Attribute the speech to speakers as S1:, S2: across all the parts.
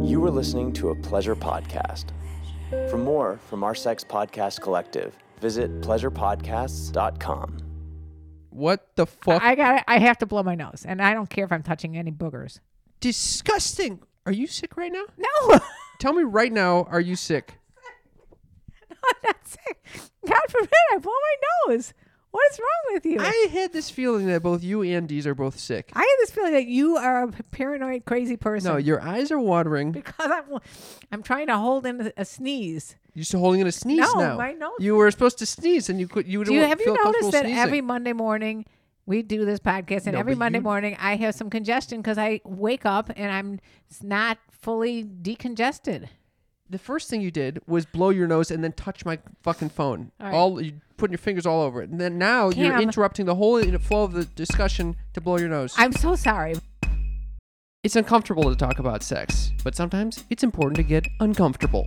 S1: You are listening to a pleasure podcast. For more from our sex podcast collective, visit pleasurepodcasts.com.
S2: What the fuck?
S3: I got. I have to blow my nose, and I don't care if I'm touching any boogers.
S2: Disgusting. Are you sick right now?
S3: No,
S2: Tell me right now, are you sick?
S3: that's it. God forbid I blow my nose. What is wrong with you?
S2: I had this feeling that both you and Deez are both sick.
S3: I have this feeling that you are a paranoid, crazy person.
S2: No, your eyes are watering.
S3: because I'm, I'm trying to hold in a, a sneeze.
S2: You're still holding in a sneeze
S3: No,
S2: now.
S3: my nose-
S2: You were supposed to sneeze, and you could. You
S3: Do you
S2: don't
S3: have you
S2: feel
S3: noticed
S2: comfortable
S3: that
S2: sneezing.
S3: every Monday morning we do this podcast, and
S2: No,
S3: every
S2: but
S3: Monday
S2: you-
S3: morning I have some congestion because I wake up and I'm s- not fully decongested.
S2: the first thing you did was blow your nose and then touch my fucking phone.
S3: All right.
S2: All you putting your fingers all over it, and then now you're
S3: Cam.
S2: interrupting the whole in- flow of the discussion to blow your nose.
S3: I'm so sorry.
S2: It's uncomfortable to talk about sex, but sometimes it's important to get uncomfortable.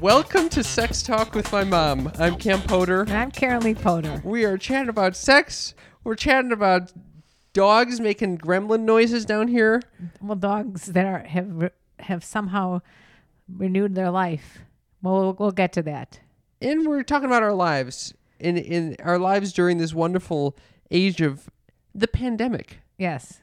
S2: Welcome to Sex Talk with My Mom. I'm Cam Potter.
S3: And I'm Karen Lee Potter.
S2: We are chatting about sex. We're chatting about dogs making gremlin noises down here.
S3: Well, dogs that are, have re- have somehow renewed their life. Well, we'll, we'll get to that.
S2: And we're talking about our lives in in our lives during this wonderful age of the pandemic.
S3: Yes.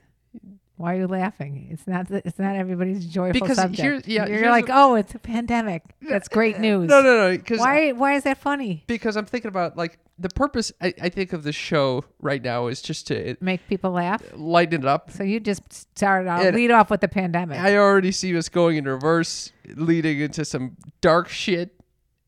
S3: Why are you laughing? It's not the, it's not everybody's joyful
S2: Because
S3: subject.
S2: here- yeah,
S3: you're
S2: here's
S3: like,
S2: a-
S3: oh, it's a pandemic. That's great news.
S2: No, no, no, cuz
S3: Why why is that funny?
S2: because I'm thinking about like the purpose I, I think of the show right now is just to
S3: Make people laugh.
S2: lighten it up.
S3: So you just started out
S2: It-
S3: lead off with the pandemic.
S2: I already see us going in reverse, leading into some dark shit.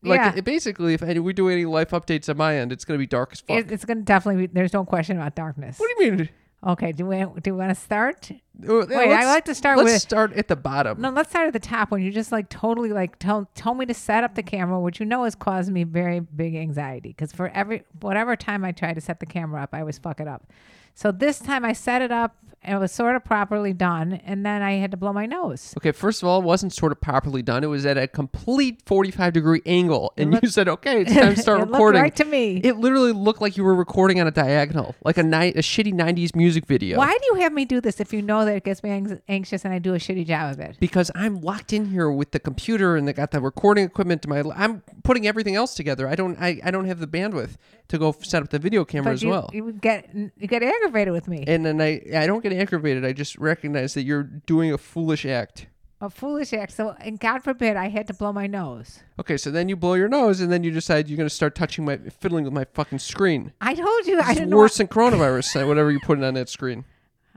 S2: Like
S3: Yeah.
S2: it- basically, if any, we do any life updates on my end, it's gonna be dark as fuck.
S3: It- it's going to definitely be, there's no question about darkness.
S2: what do you mean?
S3: Okay, do we do we want to start?
S2: Uh, yeah,
S3: Wait, I
S2: let's-
S3: like to start
S2: let's
S3: with-
S2: start at the bottom.
S3: No, let's start at the top when you just like totally like tell told me to set up the camera, which you know has caused me very big anxiety because for every whatever time I try to set the camera up, I always fuck it up. So this time I set it up and it was sort of properly done, and then I had to blow my nose.
S2: Okay, first of all, it wasn't sort of properly done. It was at a complete 45 degree angle. And you said, okay, it's time to start
S3: It looked
S2: recording.
S3: right to me.
S2: It literally looked like you were recording on a diagonal, like a, ni- a shitty 90s music video.
S3: Why do you have me do this if you know that it gets me anx- anxious and I do a shitty job of it?
S2: Because I'm locked in here with the computer and they got the recording equipment to my. I'm putting everything else together. I don't. I, I don't have the bandwidth to go set up the video camera
S3: But
S2: as
S3: you,
S2: well.
S3: you would get you get aggravated with me.
S2: and then I I don't get aggravated. I just recognize that you're doing a foolish act.
S3: a foolish act. So and God forbid I had to blow my nose.
S2: Okay, so then you blow your nose and then you decide you're going to start touching my fiddling with my fucking screen.
S3: I told you I
S2: It's
S3: didn't know
S2: worse than coronavirus, uh, whatever you put it on that screen.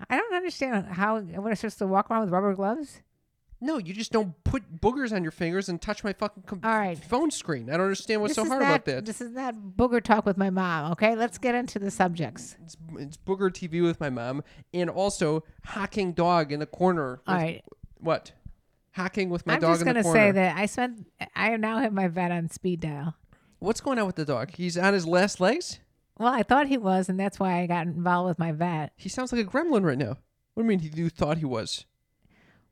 S3: I don't understand how what I'm supposed to walk around with rubber gloves.
S2: No, you just don't put boogers on your fingers and touch my fucking com-
S3: All right.
S2: phone screen. I don't understand what's
S3: This
S2: so
S3: is
S2: hard
S3: not,
S2: about that.
S3: This is not booger talk with my mom. Okay, let's get into the subjects.
S2: It's, it's booger TV with my mom and also hacking dog in the corner. with-
S3: All right,
S2: What? Hacking with my
S3: Uh, I'm
S2: dog
S3: just
S2: in
S3: gonna
S2: the corner.
S3: say that I spent. I now have my vet on speed dial.
S2: What's going on with the dog? He's on his last legs?
S3: Well, I thought he was, and that's why I got involved with my vet.
S2: He sounds like a gremlin right now. What do you mean he, you thought he was?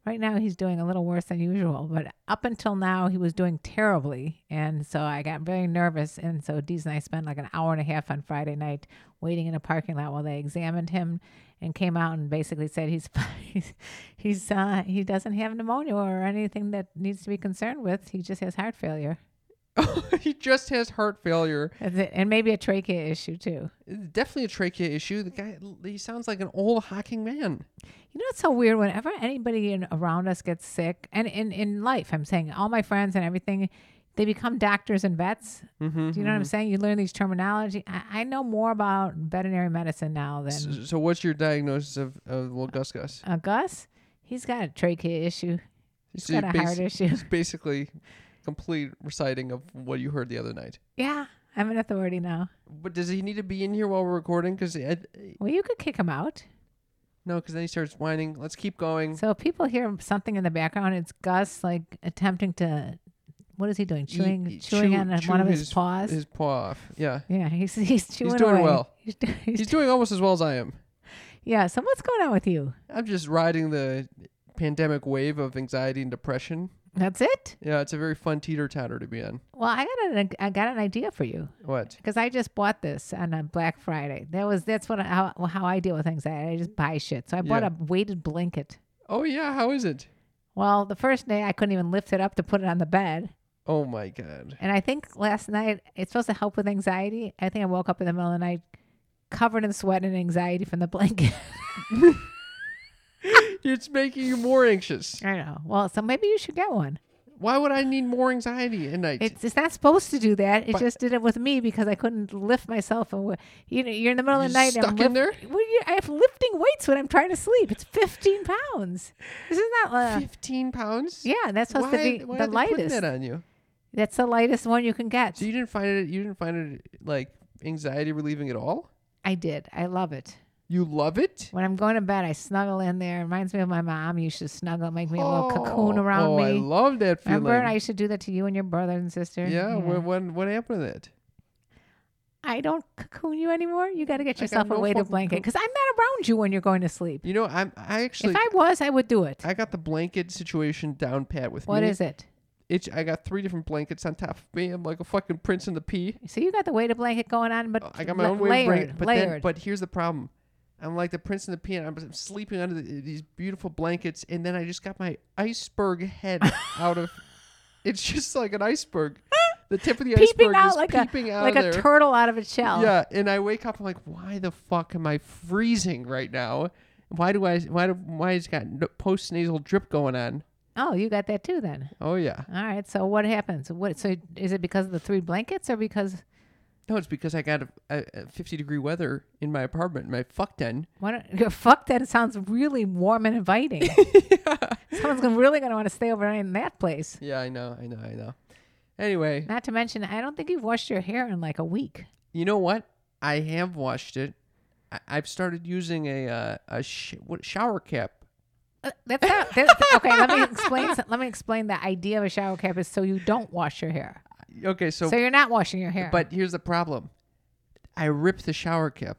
S3: Right now, he's doing a little worse than usual, but up until now, he was doing terribly, and so I got very nervous. And so Dees and I spent like an hour and a half on Friday night waiting in a parking lot while they examined him and came out and basically said he's he's, he's uh, he doesn't have pneumonia or anything that needs to be concerned with. He just has heart failure
S2: he just has heart failure.
S3: That's it. and maybe a trachea issue too.
S2: Definitely a trachea issue. The guy, he sounds like an old hacking man.
S3: You know, it's so weird. Whenever anybody in, around us gets sick, and in, in life, I'm saying all my friends and everything, they become doctors and vets.
S2: Mm-hmm.
S3: Do you know what I'm saying? You learn these terminology. I, I know more about veterinary medicine now than
S2: So, so what's your diagnosis of, of little Gus Gus?
S3: uh, Gus. He's got a trachea issue.
S2: He's
S3: got a heart issue.
S2: It's basically complete reciting of what you heard the other night.
S3: Yeah, I'm an authority now.
S2: But does he need to be in here while we're recording? Because
S3: Well, you could kick him out.
S2: no, because then he starts whining. Let's keep going.
S3: So if people hear something in the background, it's Gus like attempting to what is he doing? Chewing,
S2: He-
S3: chewing
S2: chew-
S3: on a-
S2: chew
S3: one of his, paws.
S2: His paw off. Yeah.
S3: yeah, he's he's chewing
S2: doing
S3: away.
S2: well.
S3: He's do- he's
S2: He's
S3: do-
S2: doing almost as well as I am.
S3: yeah. So what's going on with you?
S2: I'm just riding the pandemic wave of anxiety and depression.
S3: That's it.
S2: Yeah, it's a very fun teeter totter to be on.
S3: Well, I got an I got an idea for you
S2: What?
S3: because I just bought this on a Black Friday. That was that's what I, how how I deal with anxiety. I just buy shit. So I bought
S2: Yeah.
S3: a weighted blanket.
S2: Oh yeah, how is it?
S3: Well, the first day I couldn't even lift it up to put it on the bed.
S2: Oh my god.
S3: And I think last night it's supposed to help with anxiety. I think I woke up in the middle of the night covered in sweat and anxiety from the blanket.
S2: It's making you more anxious.
S3: I know. Well, so maybe you should get one.
S2: Why would I need more anxiety at night?
S3: It's it's not supposed to do that. It
S2: But-
S3: just did it with me because I couldn't lift myself. And wa- you know, you're in the middle of the
S2: You're
S3: night. and I'm
S2: stuck in
S3: lift- Well, you, I have lifting weights when I'm trying to sleep. It's 15 pounds. This is not. Uh,
S2: Fifteen pounds.
S3: yeah, that's supposed
S2: why,
S3: to be
S2: why
S3: the
S2: are they putting
S3: lightest.
S2: that on you?
S3: That's the lightest one you can get.
S2: So you didn't find it. You didn't find it like anxiety relieving at all.
S3: I did. I love it.
S2: You love it.
S3: When I'm going to bed, I snuggle in there. It reminds me of my mom. You should snuggle, make me a little cocoon
S2: Oh,
S3: around
S2: oh,
S3: me.
S2: I love that feeling.
S3: Remember, I used to do that to you and your brother and sister.
S2: yeah. When, when what happened to that?
S3: I don't cocoon you anymore. You got to get
S2: I got
S3: yourself
S2: no
S3: a weighted
S2: fucking
S3: blanket
S2: cocoon.
S3: because I'm not around you when you're going to sleep.
S2: You know, I'm. I actually.
S3: if I was, I would do it.
S2: I got the blanket situation down pat with
S3: What
S2: me.
S3: is it?
S2: It's, I got three different blankets on top of me. I'm like a fucking prince in the pea.
S3: So you got the weighted blanket going on, but
S2: Oh, I got my
S3: la-
S2: own way
S3: layered,
S2: of bringing, but
S3: layered.
S2: Then, but here's the problem. I'm like the prince in the pea, and I'm, I'm sleeping under the, these beautiful blankets, and then I just got my iceberg head out of. It's just like an iceberg. The tip of the
S3: peeping
S2: iceberg
S3: out
S2: is
S3: like
S2: peeping
S3: a
S2: out
S3: like
S2: of
S3: a
S2: there.
S3: turtle out of its shell.
S2: Yeah, and I wake up. I'm like, why the fuck am I freezing right now? Why do I? Why do? Why has got post nasal drip going on?
S3: Oh, you got that too then.
S2: Oh yeah.
S3: All right. So what happens? What? So is it because of the three blankets or because
S2: No, it's because I got a, a, a 50 degree weather in my apartment, in my fuck den.
S3: why don't, fuck that? It sounds really warm and inviting. Someone's gonna, really going to want to stay overnight in that place.
S2: Yeah, I know, I know, I know. Anyway,
S3: Not to mention, I don't think you've washed your hair in like a week.
S2: you know what? I have washed it. I, I've started using a uh, a sh- what, shower cap.
S3: Uh, That's not. That's, okay, let me explain. some- Let me explain the idea of a shower cap is so you don't wash your hair.
S2: Okay, so,
S3: So, you're not washing your hair.
S2: but here's the problem. I ripped the shower cap.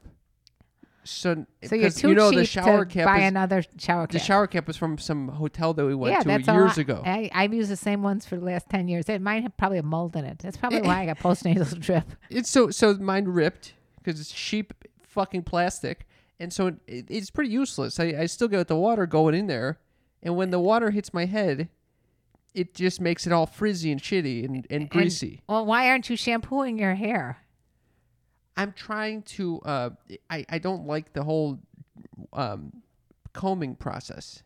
S2: So,
S3: so you're
S2: 'cause
S3: too
S2: you know
S3: cheap
S2: the shower
S3: to
S2: cap
S3: buy
S2: is,
S3: another shower cap.
S2: the shower cap was from some hotel that we went
S3: yeah,
S2: to
S3: that's
S2: years
S3: all I-
S2: ago.
S3: I, I've used the same ones for the last ten years. It might have probably a mold in it. That's
S2: Eh,
S3: probably why I got postnatal drip.
S2: It's so so mine ripped because it's cheap fucking plastic, and so it, it's pretty useless. I, I still got the water going in there, and when the water hits my head, it just makes it all frizzy and shitty and, and
S3: And-
S2: greasy.
S3: well, why aren't you shampooing your hair?
S2: I'm trying to. Uh, I I don't like the whole um, combing process.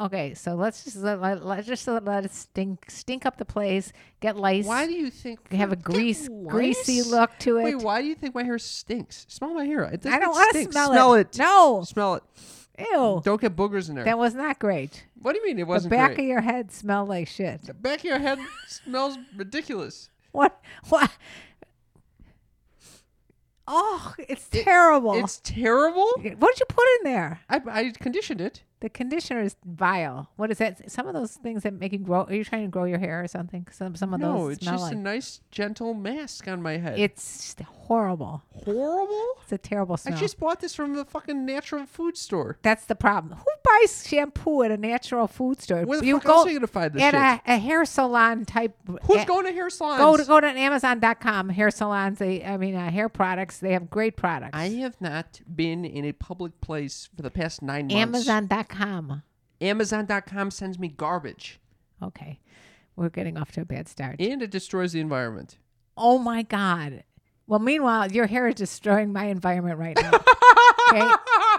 S3: Okay, so let's just let, let, let's just let it stink stink up the place. Get lice.
S2: Why do you think
S3: You have a
S2: Get
S3: grease-
S2: lice?
S3: greasy look to
S2: Wait,
S3: it.
S2: why do you think my hair stinks? Smell my hair. It
S3: I
S2: doesn't
S3: don't want to
S2: stink.
S3: smell,
S2: it.
S3: it. No.
S2: Smell it.
S3: Ew.
S2: Don't get boogers in there.
S3: That was not great.
S2: what do you mean it
S3: the
S2: wasn't
S3: back
S2: great?
S3: of your head smelled like shit.
S2: The back of your head smells ridiculous.
S3: What? What? Oh, it's terrible.
S2: It's terrible.
S3: what did you put in there?
S2: I, I conditioned it.
S3: The conditioner is vile. What is that? Some of those things that make you grow. Are you trying to grow your hair or something? Some some of
S2: No,
S3: those
S2: it's
S3: smell
S2: just a
S3: like.
S2: nice, gentle mask on my head.
S3: It's horrible.
S2: horrible.
S3: It's a terrible smell.
S2: I just bought this from the fucking natural food store.
S3: That's the problem. Who buys shampoo at a natural food store?
S2: Where the
S3: you
S2: fuck
S3: go
S2: else are you gonna find this
S3: at
S2: shit?
S3: A, a hair salon type.
S2: Who's
S3: a-
S2: going to hair salons?
S3: Go to go to Amazon.com. Hair salons. They, I mean, uh, hair products. They have great products.
S2: I have not been in a public place for the past nine months.
S3: Amazon.com.
S2: Amazon.com sends me garbage,
S3: Okay, we're getting off to a bad start.
S2: and it destroys the environment.
S3: oh my god. Well, meanwhile, your hair is destroying my environment right now. okay,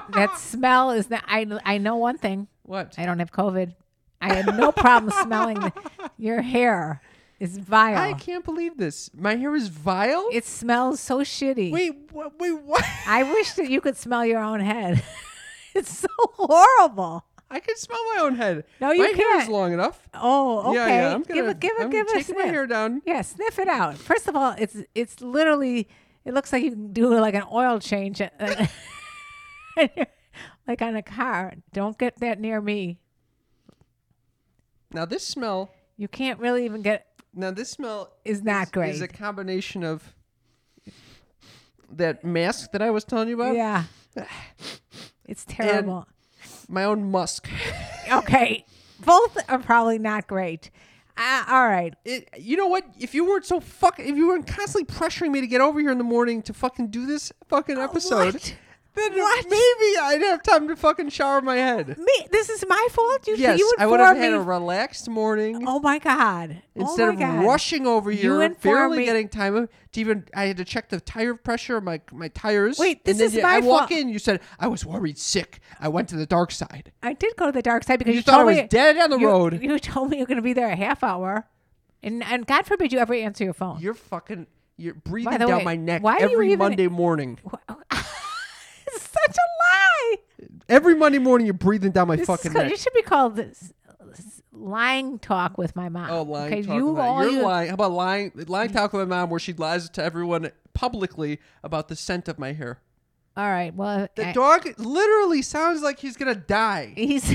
S3: that smell is. Not, I I know one thing.
S2: What?
S3: I don't have COVID. I had no problem smelling the, your hair. Is vile.
S2: I can't believe this. My hair is vile.
S3: It smells so shitty.
S2: wait, what? Wait, what?
S3: I wish that you could smell your own head. it's so horrible.
S2: I can smell my own head.
S3: No, you
S2: my hair is
S3: can't.
S2: long enough.
S3: Oh, okay.
S2: Yeah, yeah. I'm gonna,
S3: give it, give it,
S2: I'm
S3: give it a
S2: taking my
S3: sniff.
S2: hair down.
S3: Yeah, sniff it out. First of all, it's it's literally. It looks like you can do like an oil change, uh, like on a car. Don't get that near me.
S2: Now this smell.
S3: You can't really even get
S2: Now this smell
S3: Is not
S2: Is a
S3: great.
S2: combination of that mask that I was telling you about,
S3: yeah. It's terrible.
S2: my own musk.
S3: okay. Both are probably not great. Uh, all right.
S2: It, you know what? If you weren't so fuck, if you weren't constantly pressuring me to get over here in the morning to fucking do this fucking episode,
S3: what?
S2: then
S3: What?
S2: maybe I'd have time to fucking shower my head.
S3: Me, this is my fault. You,
S2: Yes,
S3: you
S2: I
S3: would
S2: would have had
S3: me.
S2: a relaxed morning
S3: oh my god!
S2: instead
S3: oh
S2: of
S3: my God.
S2: rushing over here,
S3: informed
S2: barely
S3: me-
S2: getting time to even. I had to check the tire pressure of my my tires.
S3: Wait, this
S2: and then
S3: is
S2: you-
S3: my
S2: I walk
S3: fault.
S2: in. You said I was worried sick. I went to the dark side.
S3: I did go to the dark side because
S2: You
S3: you,
S2: thought I
S3: told
S2: was
S3: me-
S2: dead on the
S3: you-
S2: road.
S3: You told me you're going to be there a half hour, and and God forbid you ever answer your phone.
S2: You're fucking. You're breathing
S3: the
S2: down
S3: way,
S2: my neck
S3: why do you
S2: every
S3: even-
S2: Monday morning.
S3: It's such a lie.
S2: Every Monday morning, you're breathing down my
S3: This is
S2: fucking
S3: called-
S2: neck.
S3: You should be called this, this lying talk with my mom.
S2: Oh, lying
S3: okay,
S2: talk.
S3: you
S2: about-
S3: all
S2: you're
S3: you-
S2: lying. How about lying? Lying talk with my mom, where she lies to everyone publicly about the scent of my hair.
S3: All right. Well,
S2: The
S3: I-
S2: dog literally sounds like he's gonna die.
S3: he's
S2: Do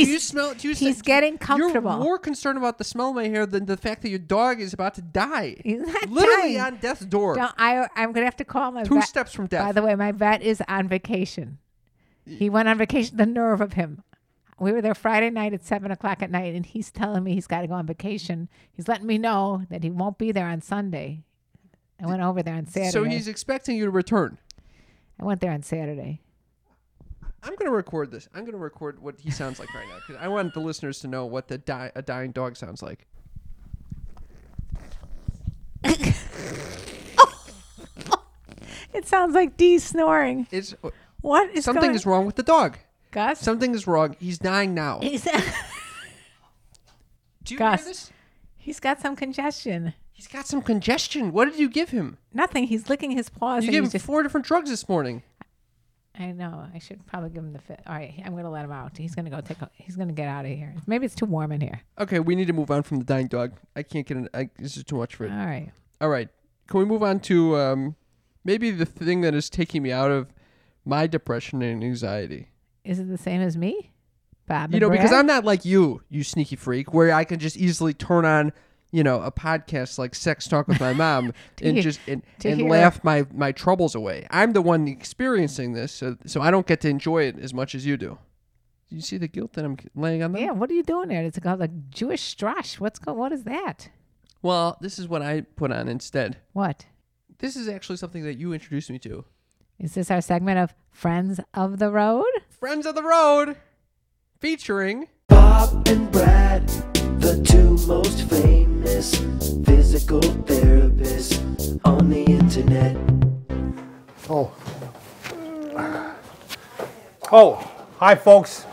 S2: you
S3: he's
S2: smell? Do you
S3: he's
S2: se-
S3: getting
S2: You're
S3: comfortable.
S2: more concerned about the smell of my hair than the fact that your dog is about to die.
S3: He's not
S2: literally
S3: dying.
S2: on death's door,
S3: Don't- I I'm gonna have to call my
S2: two
S3: vet.
S2: steps from
S3: By
S2: death.
S3: the way, my vet is on vacation. He went on vacation. The nerve of him. We were there Friday night at seven o'clock at night, and he's telling me he's got to go on vacation. He's letting me know that he won't be there on Sunday. I went over there on Saturday.
S2: so he's expecting you to return.
S3: I went there on Saturday.
S2: I'm gonna record this. I'm gonna record what he sounds like right now because I want the listeners to know what the di- a dying dog sounds like.
S3: It sounds like D snoring.
S2: It's uh,
S3: What is
S2: something
S3: going-
S2: is wrong with the dog.
S3: Gus?
S2: Something is wrong. He's dying now.
S3: he's,
S2: Do you
S3: Gus.
S2: hear this?
S3: he's got some congestion.
S2: He's got some congestion. What did you give him?
S3: Nothing. He's licking his paws.
S2: You
S3: and
S2: gave him
S3: he's just,
S2: four different drugs this morning.
S3: I know. I should probably give him the fit. All right, I'm going to let him out. He's going to go take. A, he's going to get out of here. Maybe it's too warm in here.
S2: Okay, we need to move on from the dying dog. I can't get. An, I, this is too much for it.
S3: All right.
S2: All right, can we move on to um, maybe the thing that is taking me out of my depression and anxiety?
S3: Is it the same as me, Bob?
S2: you know, because I'm not like you, you sneaky freak, where I can just easily turn on, you know, a podcast like Sex Talk with My Mom and
S3: hear-
S2: just and,
S3: to
S2: and
S3: hear-
S2: laugh my my troubles away. I'm the one experiencing this, so, so I don't get to enjoy it as much as you do. You see the guilt that I'm laying on them?
S3: Yeah. What are you doing there? It's called a Jewish strash. What's go? What is that?
S2: Well, this is what I put on instead.
S3: What
S2: This is actually something that you introduced me to.
S3: is this? Our segment of Friends of the Road.
S2: Friends of the Road, featuring
S4: Bob and Brad, the two most famous physical therapists on the internet.
S5: Oh. Oh,
S6: Hi, folks.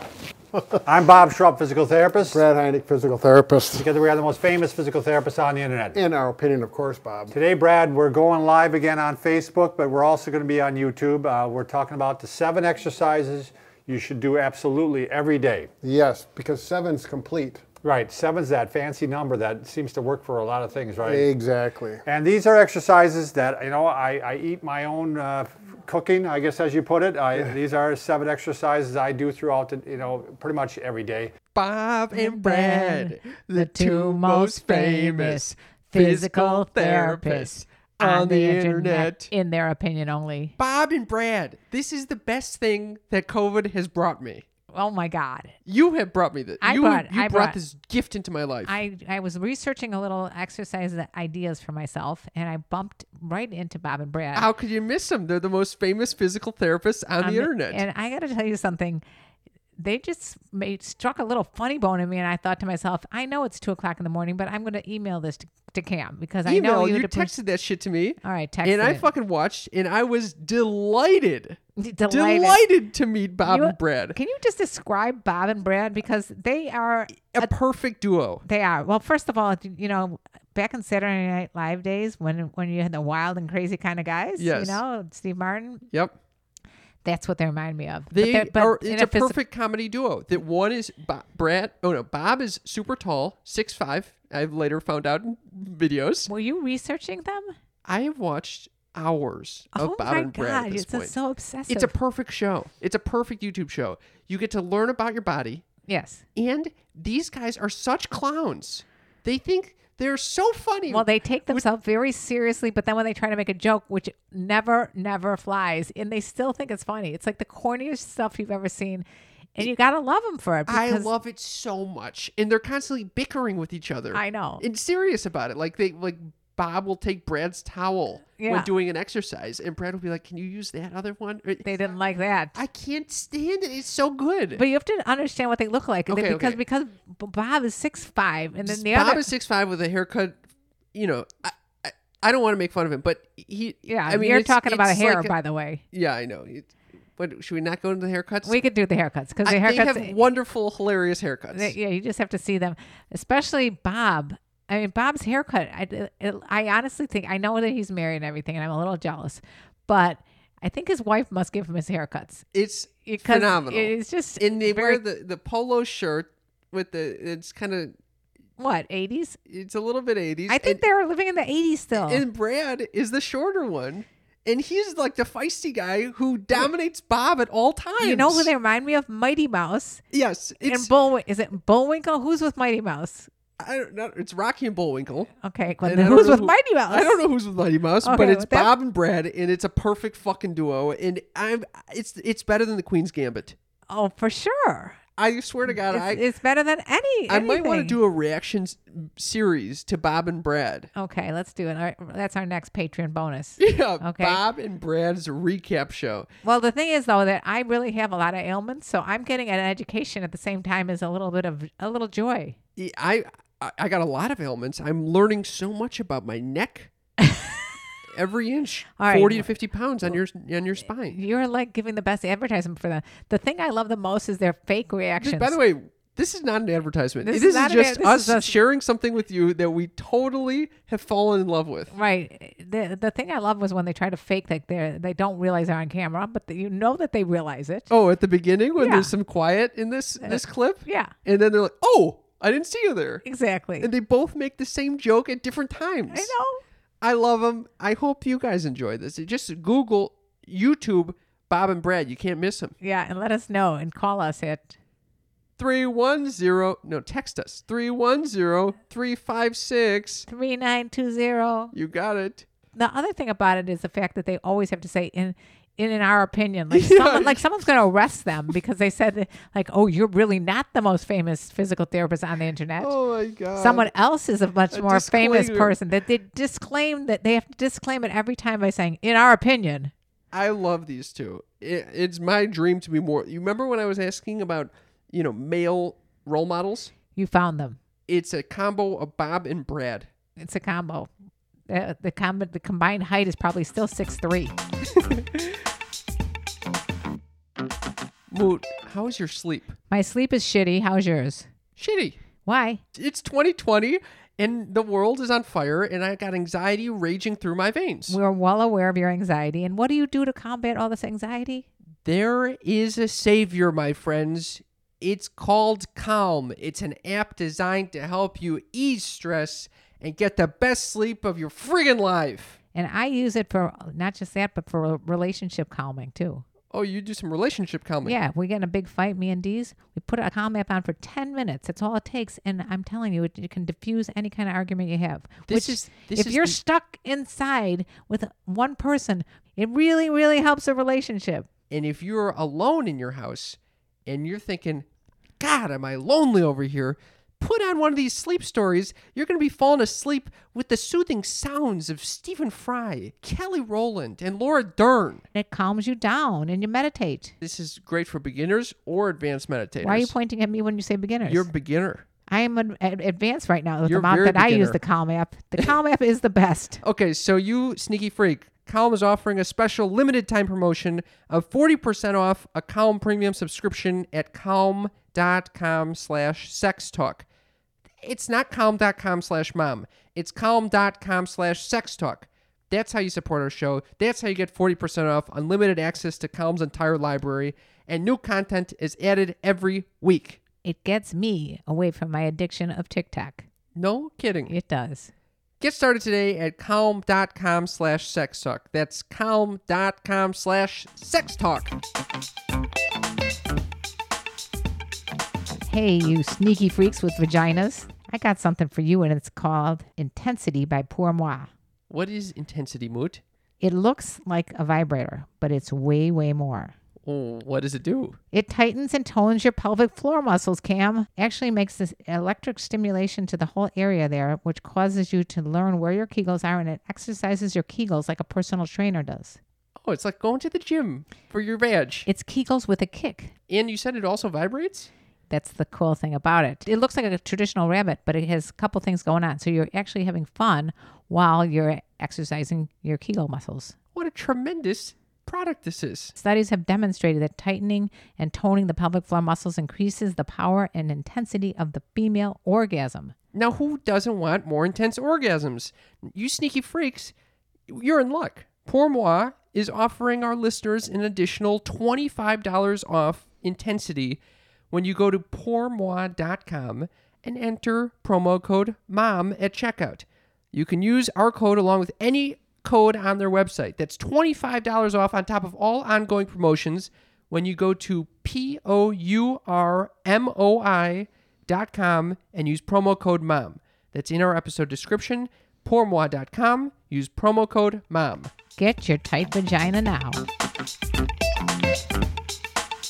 S6: I'm Bob Schrupp, physical therapist.
S5: Brad Heineck, physical therapist.
S6: Together, we are the most famous physical therapists on the internet.
S5: In our opinion, of course, Bob.
S6: Today, Brad, we're going live again on Facebook, but we're also going to be on YouTube. Uh, we're talking about the seven exercises you should do absolutely every day.
S5: Yes, because seven's complete.
S6: Right, seven's that fancy number that seems to work for a lot of things, right?
S5: Exactly.
S6: And these are exercises that, you know, I, I eat my own uh, cooking, I guess, as you put it. I, these are seven exercises I do throughout, the, you know, pretty much every day.
S2: Bob and
S3: and
S2: Brad,
S3: Brad,
S2: the two most famous physical therapists on the internet.
S3: in their opinion only.
S2: Bob and Brad, this is the best thing that COVID has brought me.
S3: Oh my God.
S2: You have brought me this.
S3: I
S2: you
S3: brought-
S2: you
S3: I
S2: brought,
S3: brought-
S2: this gift into my life.
S3: I, I was researching a little exercise that- ideas for myself, and I bumped right into Bob and Brad.
S2: How could you miss them? They're the most famous physical therapists on,
S3: on
S2: the internet.
S3: And I got to tell you something. They just made struck a little funny bone in me, and I thought to myself, I know it's two o'clock in the morning, but I'm going to email this to, to Cam because I know
S2: Email,
S3: you
S2: you
S3: to
S2: texted that shit to me.
S3: All right,
S2: And I
S3: texted it.
S2: fucking watched, and I was delighted,
S3: delighted.
S2: delighted to meet Bob
S3: You-
S2: and Brad,
S3: Can you just describe Bob and Brad because they are
S2: a perfect duo.
S3: They are. Well, first of all, you know, back in Saturday Night Live days when when you had the wild and crazy kind of guys,
S2: Yes.
S3: you know, Steve Martin,
S2: Yep.
S3: that's what they remind me of. But
S2: They
S3: they're- but
S2: are.
S3: in
S2: It's a,
S3: phys-
S2: perfect comedy duo. That one is Bob, Brad. Oh no, Bob is super tall, six five. I've later found out in videos.
S3: Were you researching them?
S2: I have watched hours of
S3: oh
S2: Bob
S3: my
S2: and Brad. at
S3: god,
S2: this
S3: it's
S2: point.
S3: so obsessive.
S2: it's a perfect show. It's a perfect YouTube show. You get to learn about your body,
S3: yes.
S2: and these guys are such clowns. They think They're so funny.
S3: Well, they take themselves very seriously, but then when they try to make a joke, which never, never flies, and they still think it's funny. It's like the corniest stuff you've ever seen, and you gotta love them for it.
S2: I
S3: because-
S2: love it so much, and they're constantly bickering with each other.
S3: I know.
S2: and serious about it. Like they like Bob will take Brad's towel when
S3: Yeah.
S2: doing an exercise, and Brad will be like, "Can you use that other one?" Or-
S3: They didn't like that.
S2: I can't stand it. It's so good.
S3: But you have to understand what they look like and they-
S2: Okay,
S3: because
S2: okay.
S3: because B- Bob is six five, and then the
S2: Bob
S3: other
S2: is six five with a haircut. You know, I, I, I don't want to make fun of him, but he.
S3: yeah.
S2: I mean,
S3: you're
S2: it's-
S3: talking about
S2: it's
S3: hair,
S2: like a-
S3: by the way.
S2: yeah, I know. It, but should we not go into the haircuts?
S3: We could do the haircuts because the
S2: I- they
S3: haircuts.
S2: have wonderful, hilarious haircuts.
S3: They- yeah, you just have to see them, especially Bob. I mean, Bob's haircut. I, I honestly think I know that he's married and everything, and I'm a little jealous, but I think his wife must give him his haircuts
S2: it's
S3: because
S2: phenomenal.
S3: It's just
S2: and they
S3: very-
S2: wear the, the polo shirt with the it's kind of
S3: what 80s.
S2: it's a little bit 80s
S3: I think oh. they were living in the 80s still.
S2: and, and brad is the shorter one and he's like the feisty guy who dominates bob at all times
S3: you know who they remind me of? Mighty Mouse
S2: yes
S3: and
S2: it's
S3: Bull. Is it Bullwinkle? Who's with Mighty Mouse?
S2: I don't know, it's rocky and bullwinkle
S3: Okay, well,
S2: And I
S3: then
S2: don't
S3: who's
S2: know
S3: with
S2: who-
S3: Mighty Mouse?
S2: I don't know who's with Mighty Mouse, but
S3: Okay,
S2: it's
S3: with that-
S2: Bob and Brad, and it's a perfect fucking duo. And I'm, it's it's better than the Queen's Gambit.
S3: Oh, for sure.
S2: I swear to God,
S3: Mm, It's,
S2: I
S3: it's better than any.
S2: I might want to
S3: anything.
S2: do a reaction s- series to Bob and Brad.
S3: Okay, let's do it. All right, that's our next Patreon bonus.
S2: Yeah,
S3: Okay.
S2: Bob and Brad's recap show.
S3: Well, the thing is though that I really have a lot of ailments, so I'm getting an education at the same time as a little bit of a little joy.
S2: E, I I, I got a lot of ailments. I'm learning so much about my neck. Every inch,
S3: All right.
S2: forty to fifty pounds on your on your spine.
S3: You're like giving the best advertisement for them. The thing I love the most is their fake reactions.
S2: By the way, this is not an advertisement.
S3: This
S2: This
S3: is
S2: is,
S3: not an ad-
S2: just
S3: this
S2: us,
S3: is us.
S2: sharing something with you that we totally have fallen in love with.
S3: right. The the thing I love was when they try to fake that they they don't realize they're on camera, but you know that they realize it.
S2: Oh, at the beginning when
S3: Yeah. Uh,
S2: there's some quiet in this this clip,
S3: Yeah,
S2: and then they're like, "Oh, I didn't see you there,"
S3: exactly.
S2: and they both make the same joke at different times.
S3: I know.
S2: I love them. I hope you guys enjoy this. Just Google YouTube Bob and Brad. You can't miss them.
S3: Yeah, and let us know and call us at
S2: 310 no text us 310-356
S3: three nine two zero.
S2: you got it
S3: the other thing about it is the fact that they always have to say in in, in our opinion like
S2: Yeah.
S3: someone like someone's going to arrest them because they said that, like oh you're really not the most famous physical therapist on the internet
S2: oh my god
S3: someone else is a much
S2: a
S3: more famous
S2: disclaimer.
S3: person that they disclaim that they have to disclaim it every time by saying in our opinion
S2: i love these two it, it's my dream to be more you remember when i was asking about you know male role models
S3: you found them
S2: it's a combo of bob and brad
S3: it's a combo the the, com- the combined height is probably still six three
S2: moot how is your sleep
S3: my sleep is shitty how's yours
S2: shitty
S3: why
S2: it's 2020 and the world is on fire and i got anxiety raging through my veins
S3: we're well aware of your anxiety and what do you do to combat all this anxiety
S2: There is a savior, my friends. It's called Calm. It's an app designed to help you ease stress and get the best sleep of your friggin' life.
S3: And I use it for not just that, but for relationship calming too.
S2: Oh, you do some relationship calming.
S3: Yeah, we get in a big fight, me and Dee's. We put a calm app on for 10 minutes. That's all it takes. And I'm telling you, it, it can diffuse any kind of argument you have.
S2: This
S3: which
S2: is- this
S3: if
S2: is
S3: you're
S2: the-
S3: stuck inside with one person, it really, really helps a relationship.
S2: And if you're alone in your house and you're thinking, God, am I lonely over here? Put on one of these sleep stories. You're going to be falling asleep with the soothing sounds of Stephen Fry, Kelly Rowland, and Laura Dern.
S3: And it calms you down and you meditate.
S2: This is great for beginners or advanced meditators.
S3: Why are you pointing at me when you say beginners?
S2: You're a beginner.
S3: I am an, ad- advanced right now with
S2: You're
S3: the amount
S2: very
S3: that I use
S2: beginner.
S3: the calm app. The calm app is the best.
S2: Okay, so you sneaky freak. Calm is offering a special limited time promotion of 40% off a Calm premium subscription at calm.com slash sex talk. It's not calm.com slash mom. It's calm.com slash sex talk. That's how you support our show. That's how you get 40% off unlimited access to Calm's entire library. And new content is added every week.
S3: It gets me away from my addiction of TikTok.
S2: No kidding.
S3: It does.
S2: Get started today at calm.com slash sex talk. That's calm.com slash sex talk.
S3: Hey, you sneaky freaks with vaginas. I got something for you, and it's called Intensity by Pour Moi.
S2: What is intensity moot?
S3: It looks like a vibrator, but it's way, way more.
S2: Oh, what does it do?
S3: It tightens and tones your pelvic floor muscles, Cam. Actually makes this electric stimulation to the whole area there, which causes you to learn where your kegels are and it exercises your kegels like a personal trainer does.
S2: Oh, it's like going to the gym for your badge.
S3: It's kegels with a kick.
S2: And you said it also vibrates?
S3: That's the cool thing about it. It looks like a traditional rabbit, but it has a couple things going on. So you're actually having fun while you're exercising your kegel muscles.
S2: What a tremendous product this is.
S3: Studies have demonstrated that tightening and toning the pelvic floor muscles increases the power and intensity of the female orgasm.
S2: Now, who doesn't want more intense orgasms? You sneaky freaks, you're in luck. Pour Moi is offering our listeners an additional $25 off intensity when you go to pourmoi.com and enter promo code MOM at checkout. You can use our code along with any code on their website. That's $25 off on top of all ongoing promotions when you go to P O U R M O I dot com and use promo code MOM. That's in our episode description. Pourmoi.com. Use promo code MOM.
S3: Get your tight vagina now.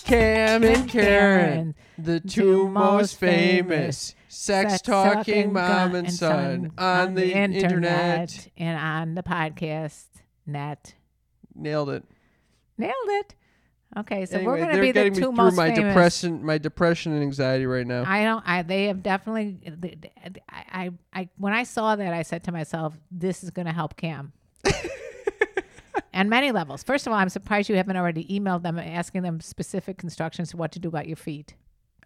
S2: Cam and Karen,
S3: Karen,
S2: the two most famous sex talking mom and son on the internet.
S3: and on the podcast net.
S2: Nailed it.
S3: Nailed it. Okay, so
S2: Anyway,
S3: we're going
S2: they're
S3: to be the
S2: getting me
S3: two
S2: through
S3: most
S2: my
S3: famous.
S2: depression, my depression and anxiety right now.
S3: I don't. I they have definitely. I, I I when I saw that, I said to myself, "This is going to help Cam." On many levels. First of all, I'm surprised you haven't already emailed them asking them specific instructions to what to do about your feet.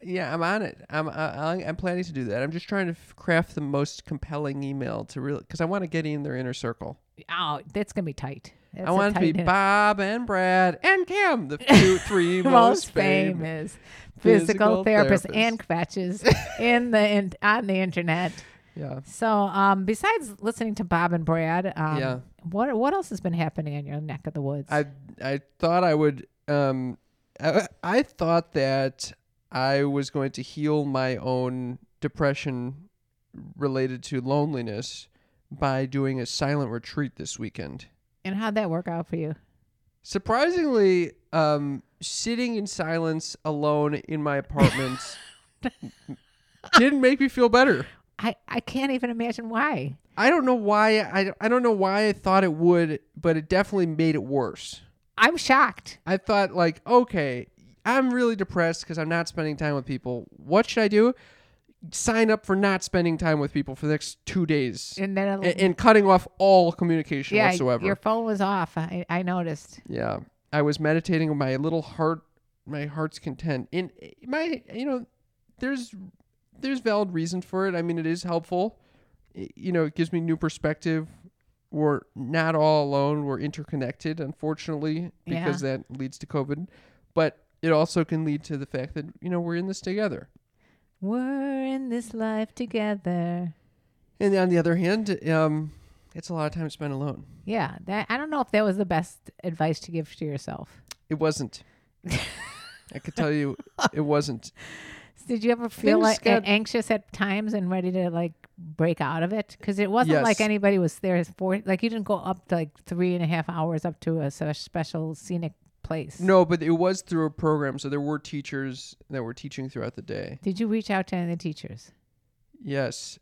S2: yeah, I'm on it. I'm I, I'm planning to do that. I'm just trying to f- craft the most compelling email to really because I want to get in their inner circle.
S3: Oh, that's going to be tight. That's
S2: I
S3: a
S2: want it to be
S3: tight-
S2: Bob and Brad and Cam, the two, three most famous. physical
S3: physical therapists
S2: therapists.
S3: and quetches in the in, on the internet.
S2: Yeah.
S3: So, um, besides listening to Bob and Brad, um,
S2: Yeah.
S3: what what else has been happening in your neck of the woods?
S2: I I thought I would um I, I thought that I was going to heal my own depression related to loneliness by doing a silent retreat this weekend.
S3: and how'd that work out for you?
S2: Surprisingly, um sitting in silence alone in my apartment didn't make me feel better.
S3: I, I can't even imagine why.
S2: I don't know why I I don't know why I thought it would, but it definitely made it worse.
S3: I'm shocked.
S2: I thought like, okay, I'm really depressed because I'm not spending time with people. What should I do? Sign up for not spending time with people for the next two days and,
S3: And then, it'll-
S2: and cutting off all communication
S3: yeah,
S2: whatsoever.
S3: your phone was off. I, I noticed.
S2: Yeah, I was meditating on my little heart, my heart's content. In my, you know, there's there's valid reason for it. I mean, it is helpful. I- You know, it gives me new perspective. We're not all alone. We're interconnected, unfortunately, because that leads to COVID. But it also can lead to the fact that you know we're in this together.
S3: We're in this life together.
S2: And on the other hand, um, it's a lot of time spent alone.
S3: Yeah, that I don't know if that was the best advice to give to yourself.
S2: It wasn't. I could tell you, it wasn't.
S3: Did you ever feel
S2: Things
S3: like
S2: got-
S3: anxious at times and ready to like break out of it? Because it wasn't
S2: Yes.
S3: like anybody was there for like you didn't go up to like three and a half hours up to a se- special scenic place.
S2: No, but it was through a program, so there were teachers that were teaching throughout the day.
S3: Did you reach out to any of the teachers?
S2: Yes,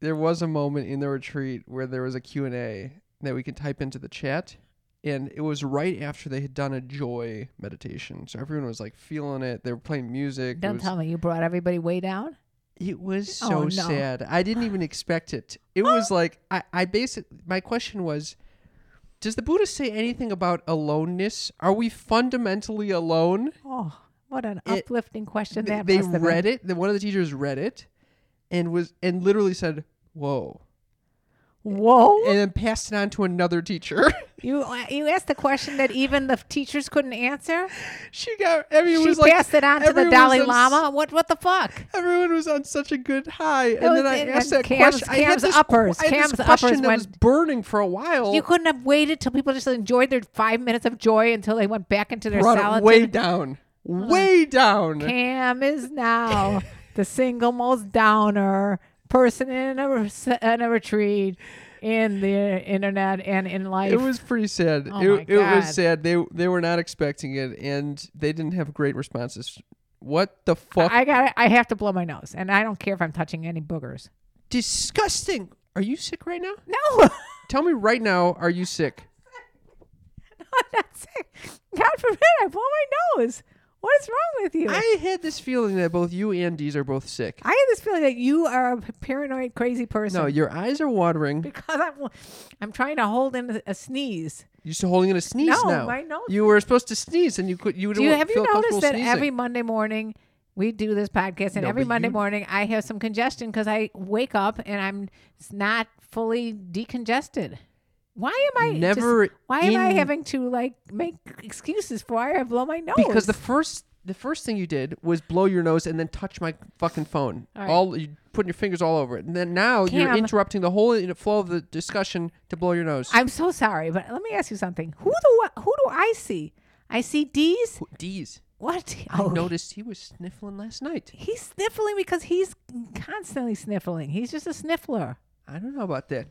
S2: there was a moment in the retreat where there was a Q&A that we could type into the chat, and it was right after they had done a joy meditation. So everyone was like feeling it. They were playing music. it
S3: Don't
S2: was,
S3: tell me you brought everybody way down.
S2: It was so
S3: Oh, no.
S2: sad. I didn't even expect it. It was like I, I basically my question was does the Buddha say anything about aloneness? Are we fundamentally alone?
S3: Oh, what an
S2: It-
S3: uplifting question
S2: Th-
S3: that
S2: they
S3: must have
S2: read
S3: been.
S2: it. Then one of the teachers read it, and was and literally said, "Whoa,"
S3: Whoa!
S2: and then passed it on to another teacher.
S3: you you asked the question that even the teachers couldn't answer.
S2: she got. I mean, it
S3: She
S2: was like
S3: passed it on to the
S2: everyone
S3: Dalai
S2: was on s-
S3: Lama. What what the fuck?
S2: Everyone was on such a good high, and
S3: was-
S2: then I
S3: and-
S2: asked
S3: and
S2: that
S3: Cam's-
S2: question. I had
S3: Cam's
S2: this,
S3: uppers.
S2: I had
S3: Cam's
S2: this
S3: uppers
S2: question that
S3: went-
S2: was burning for a while.
S3: You couldn't have waited till people just enjoyed their five minutes of joy until they went back into their
S2: brought it
S3: solitude.
S2: way down, way down.
S3: Cam is now the single most downer person in a, re- in a retreat, in the internet, and in life.
S2: It was pretty sad.
S3: Oh
S2: it,
S3: my
S2: it
S3: God.
S2: was sad. They they were not expecting it, and they didn't have great responses. What the fuck?
S3: I got. I have to blow my nose, and I don't care if I'm touching any boogers.
S2: Disgusting. Are you sick right now?
S3: No,
S2: Tell me right now. Are you sick?
S3: I'm not sick. God forbid I blow my nose. What is wrong with you?
S2: I had this feeling that both you and Deez are both sick.
S3: I have this feeling that you are a paranoid, crazy person.
S2: No, your eyes are watering.
S3: because I'm, I'm trying to hold in a, a sneeze.
S2: You're still holding in a sneeze
S3: No,
S2: now.
S3: my nose-
S2: You were supposed to sneeze, and you could. You
S3: Do you
S2: don't
S3: have you
S2: feel
S3: noticed
S2: comfortable
S3: that
S2: sneezing.
S3: every Monday morning we do this podcast, and
S2: No,
S3: every
S2: but
S3: Monday
S2: you-
S3: morning I have some congestion because I wake up and I'm s- not fully decongested. Why am I just-
S2: Never
S3: why am I
S2: in-
S3: having to like make excuses for why I blow my nose?
S2: because the first the first thing you did was blow your nose and then touch my fucking phone.
S3: All right.
S2: All you putting your fingers all over it, and then now you're
S3: Cam.
S2: interrupting the whole in- flow of the discussion to blow your nose.
S3: I'm so sorry, but let me ask you something. Who do I- who do I see? I see D's.
S2: D's.
S3: What? Oh,
S2: I noticed he was sniffling last night.
S3: He's sniffling because he's constantly sniffling. He's just a sniffler.
S2: I don't know about that.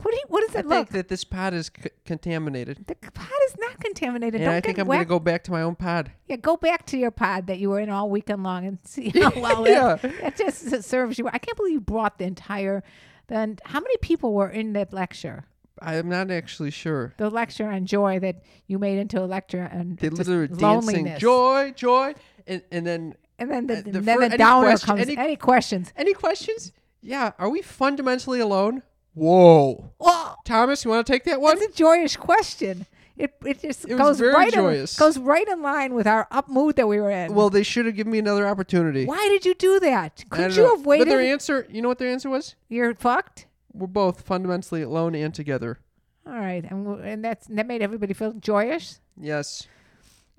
S3: What do you, what does
S2: I
S3: it look?
S2: think that this pod is c- contaminated,
S3: the pod is not contaminated.
S2: and
S3: Don't
S2: I think
S3: get
S2: I'm
S3: wet.
S2: going to go back to my own pod.
S3: Yeah, go back to your pod that you were in all weekend long and see how well
S2: Yeah.
S3: it, it just s- serves you. I can't believe you brought the entire. Then how many people were in that lecture?
S2: I am not actually sure.
S3: The lecture on joy that you made into a lecture on
S2: They
S3: just
S2: literally were dancing,
S3: loneliness.
S2: joy, joy, and, and then
S3: and then the,
S2: uh, the
S3: then
S2: fir-
S3: the
S2: any
S3: downer
S2: question-
S3: comes. Any,
S2: any-
S3: questions?
S2: Any questions? Yeah. Are we fundamentally alone? Whoa.
S3: Oh,
S2: Thomas, you want to take that one?
S3: that's a joyous question. It, it just
S2: It was
S3: goes
S2: very
S3: right
S2: joyous.
S3: In, goes right in line with our up mood that we were in.
S2: Well, they should have given me another opportunity.
S3: why did you do that?
S2: I don't
S3: Could you
S2: know.
S3: have waited?
S2: But their answer, you know what their answer was?
S3: You're fucked.
S2: We're both fundamentally alone and together.
S3: All right, and, w- and that's that made everybody feel joyous.
S2: Yes.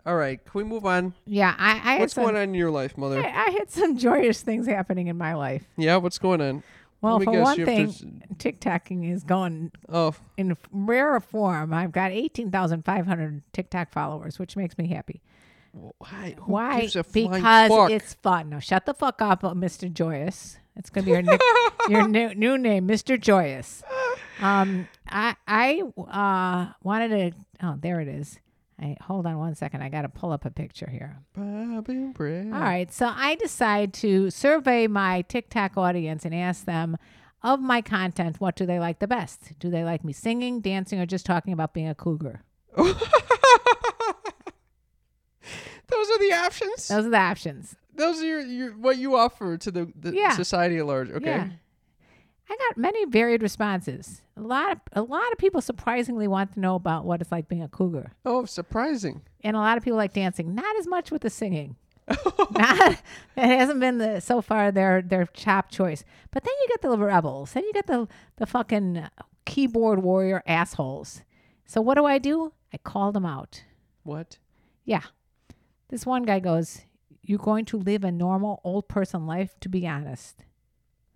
S2: All right. Can we move on?
S3: Yeah, I, I had
S2: What's
S3: some,
S2: going on in your life, mother?
S3: I, I had some joyous things happening in my life.
S2: Yeah. What's going on?
S3: Well,
S2: me
S3: for
S2: guess,
S3: one
S2: you have to
S3: thing, TikToking is going
S2: Oh,
S3: in rare form. I've got eighteen thousand five hundred TikTok followers, which makes me happy.
S2: why? Who
S3: Why?
S2: gives a flying
S3: Because
S2: fuck?
S3: it's fun. Now shut the fuck up, uh, Mr. Joyous. It's gonna be your nick, your new, new name, Mr. Joyous. Um, I I uh wanted to. Oh, there it is. I hold on one second. I got to pull up a picture here.
S2: Bob and Brad.
S3: All right, so I decide to survey my TikTok audience and ask them of my content, what do they like the best? Do they like me singing, dancing, or just talking about being a cougar?
S2: Those are the options.
S3: Those are the options.
S2: Those are your, your what you offer to the, the
S3: Yeah.
S2: society at large. Okay.
S3: Yeah. I got many varied responses. A lot of a lot of people surprisingly want to know about what it's like being a cougar.
S2: Oh, surprising.
S3: And a lot of people like dancing, not as much with the singing. not, it hasn't been the, so far their their top choice. But then you get the rebels, then you get the the fucking keyboard warrior assholes. So what do I do? I call them out.
S2: What?
S3: Yeah. This one guy goes, "You're going to live a normal old person life to be honest."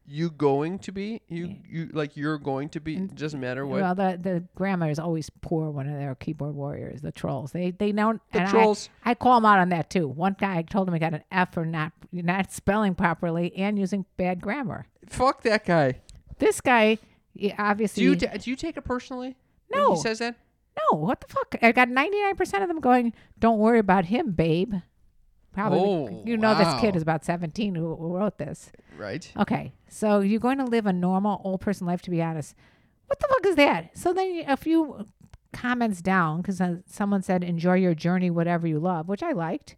S2: You going to be you you like you're going to be it doesn't matter what
S3: Well, the the grammar is always poor when they're keyboard warriors. The trolls, they they know.
S2: The
S3: and I-
S2: trolls.
S3: I, call them out on that too. One guy I told him he got an F for not not spelling properly and using bad grammar.
S2: fuck that guy.
S3: This guy, he obviously,
S2: Do you ta- do you take it personally? When
S3: No.
S2: he says that.
S3: no. What the fuck? I got ninety nine percent of them going. Don't worry about him, babe. Probably,
S2: Oh,
S3: you know, this kid
S2: wow.
S3: is about seventeen who, who wrote this.
S2: Right.
S3: Okay, so you're going to live a normal old person life, to be honest. What the fuck is that? So then a few comments down, because someone said, enjoy your journey, whatever you love, which I liked.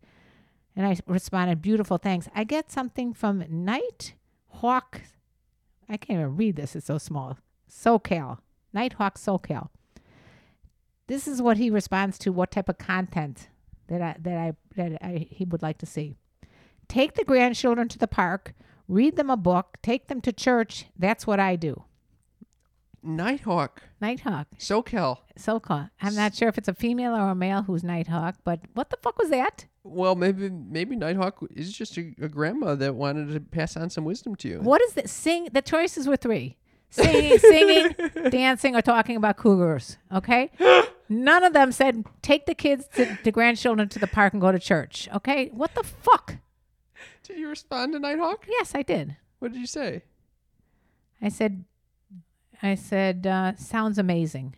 S3: And I responded, beautiful, thanks. I get something from Night Hawk. I can't even read this, it's so small. SoCal. Nighthawk SoCal. This is what he responds to what type of content that I that I that I, he would like to see take the grandchildren to the park, read them a book, take them to church. That's what I do.
S2: Nighthawk.
S3: Nighthawk,
S2: SoCal.
S3: Soka. I'm not sure if it's a female or a male who's Nighthawk, but what the fuck was that?
S2: Well, maybe maybe Nighthawk is just a, a grandma that wanted to pass on some wisdom to you.
S3: What is that? Sing. The choices were three: singing, singing, dancing, or talking about cougars. Okay. None of them said take the kids to the grandchildren to the park and go to church. Okay. What the fuck?
S2: Did you respond to Nighthawk?
S3: Yes, I did.
S2: What did you say?
S3: I said, I said, uh, sounds amazing.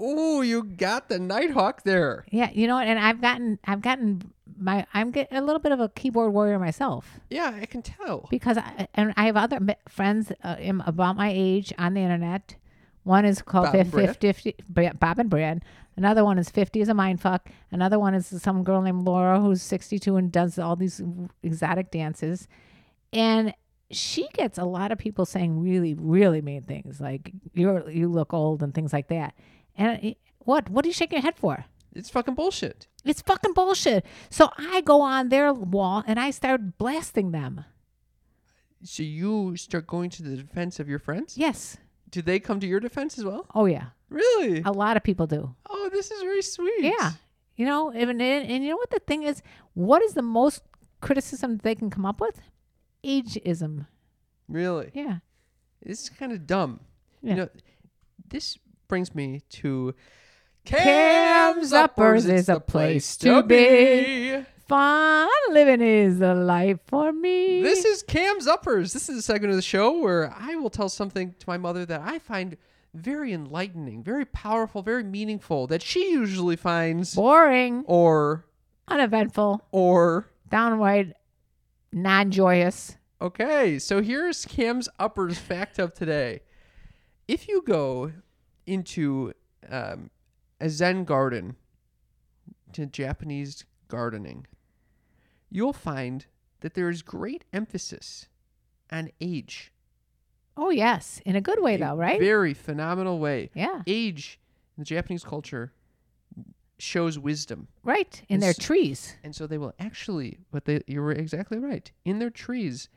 S2: Ooh, you got the Nighthawk there.
S3: Yeah, you know, what? and I've gotten, I've gotten my, I'm get a little bit of a keyboard warrior myself
S2: Yeah, I can tell.
S3: because, I, and I have other m- friends uh, in, about my age on the internet. One is called
S2: Bob and
S3: 50, 50 Bri- Bob and Brad. Another one is 50 is a mind fuck. Another one is some girl named Laura who's 62 and does all these exotic dances. And she gets a lot of people saying really, really mean things like you're you look old and things like that. And it- what what are you shaking your head for?
S2: It's fucking bullshit.
S3: It's fucking bullshit. So I go on their wall and I start blasting them.
S2: So you start going to the defense of your friends?
S3: Yes.
S2: Do they come to your defense as well?
S3: Oh yeah.
S2: Really?
S3: A lot of people do.
S2: oh, this is very sweet.
S3: Yeah. You know, and, and, and you know what the thing is? What is the most criticism they can come up with? Ageism.
S2: Really?
S3: Yeah.
S2: This is kind of dumb.
S3: Yeah.
S2: You know, this brings me to
S3: Cam's Uppers
S2: It's
S3: is a
S2: the
S3: place to be. Fun living is the life for me.
S2: This is Cam's Uppers. This is a segment of the show where I will tell something to my mother that I find very enlightening, very powerful, very meaningful that she usually finds
S3: boring,
S2: or
S3: uneventful,
S2: or
S3: downright non joyous.
S2: Okay, so here's Cam's uppers fact of today. If you go into um, a Zen garden, to Japanese gardening, you'll find that there is great emphasis on age.
S3: Oh, yes. In a good way, though,
S2: A
S3: right?
S2: Very phenomenal way.
S3: yeah.
S2: Age in the Japanese culture shows wisdom.
S3: Right. In their
S2: It's-
S3: trees.
S2: And so they will actually, but they, you were exactly right. In their trees,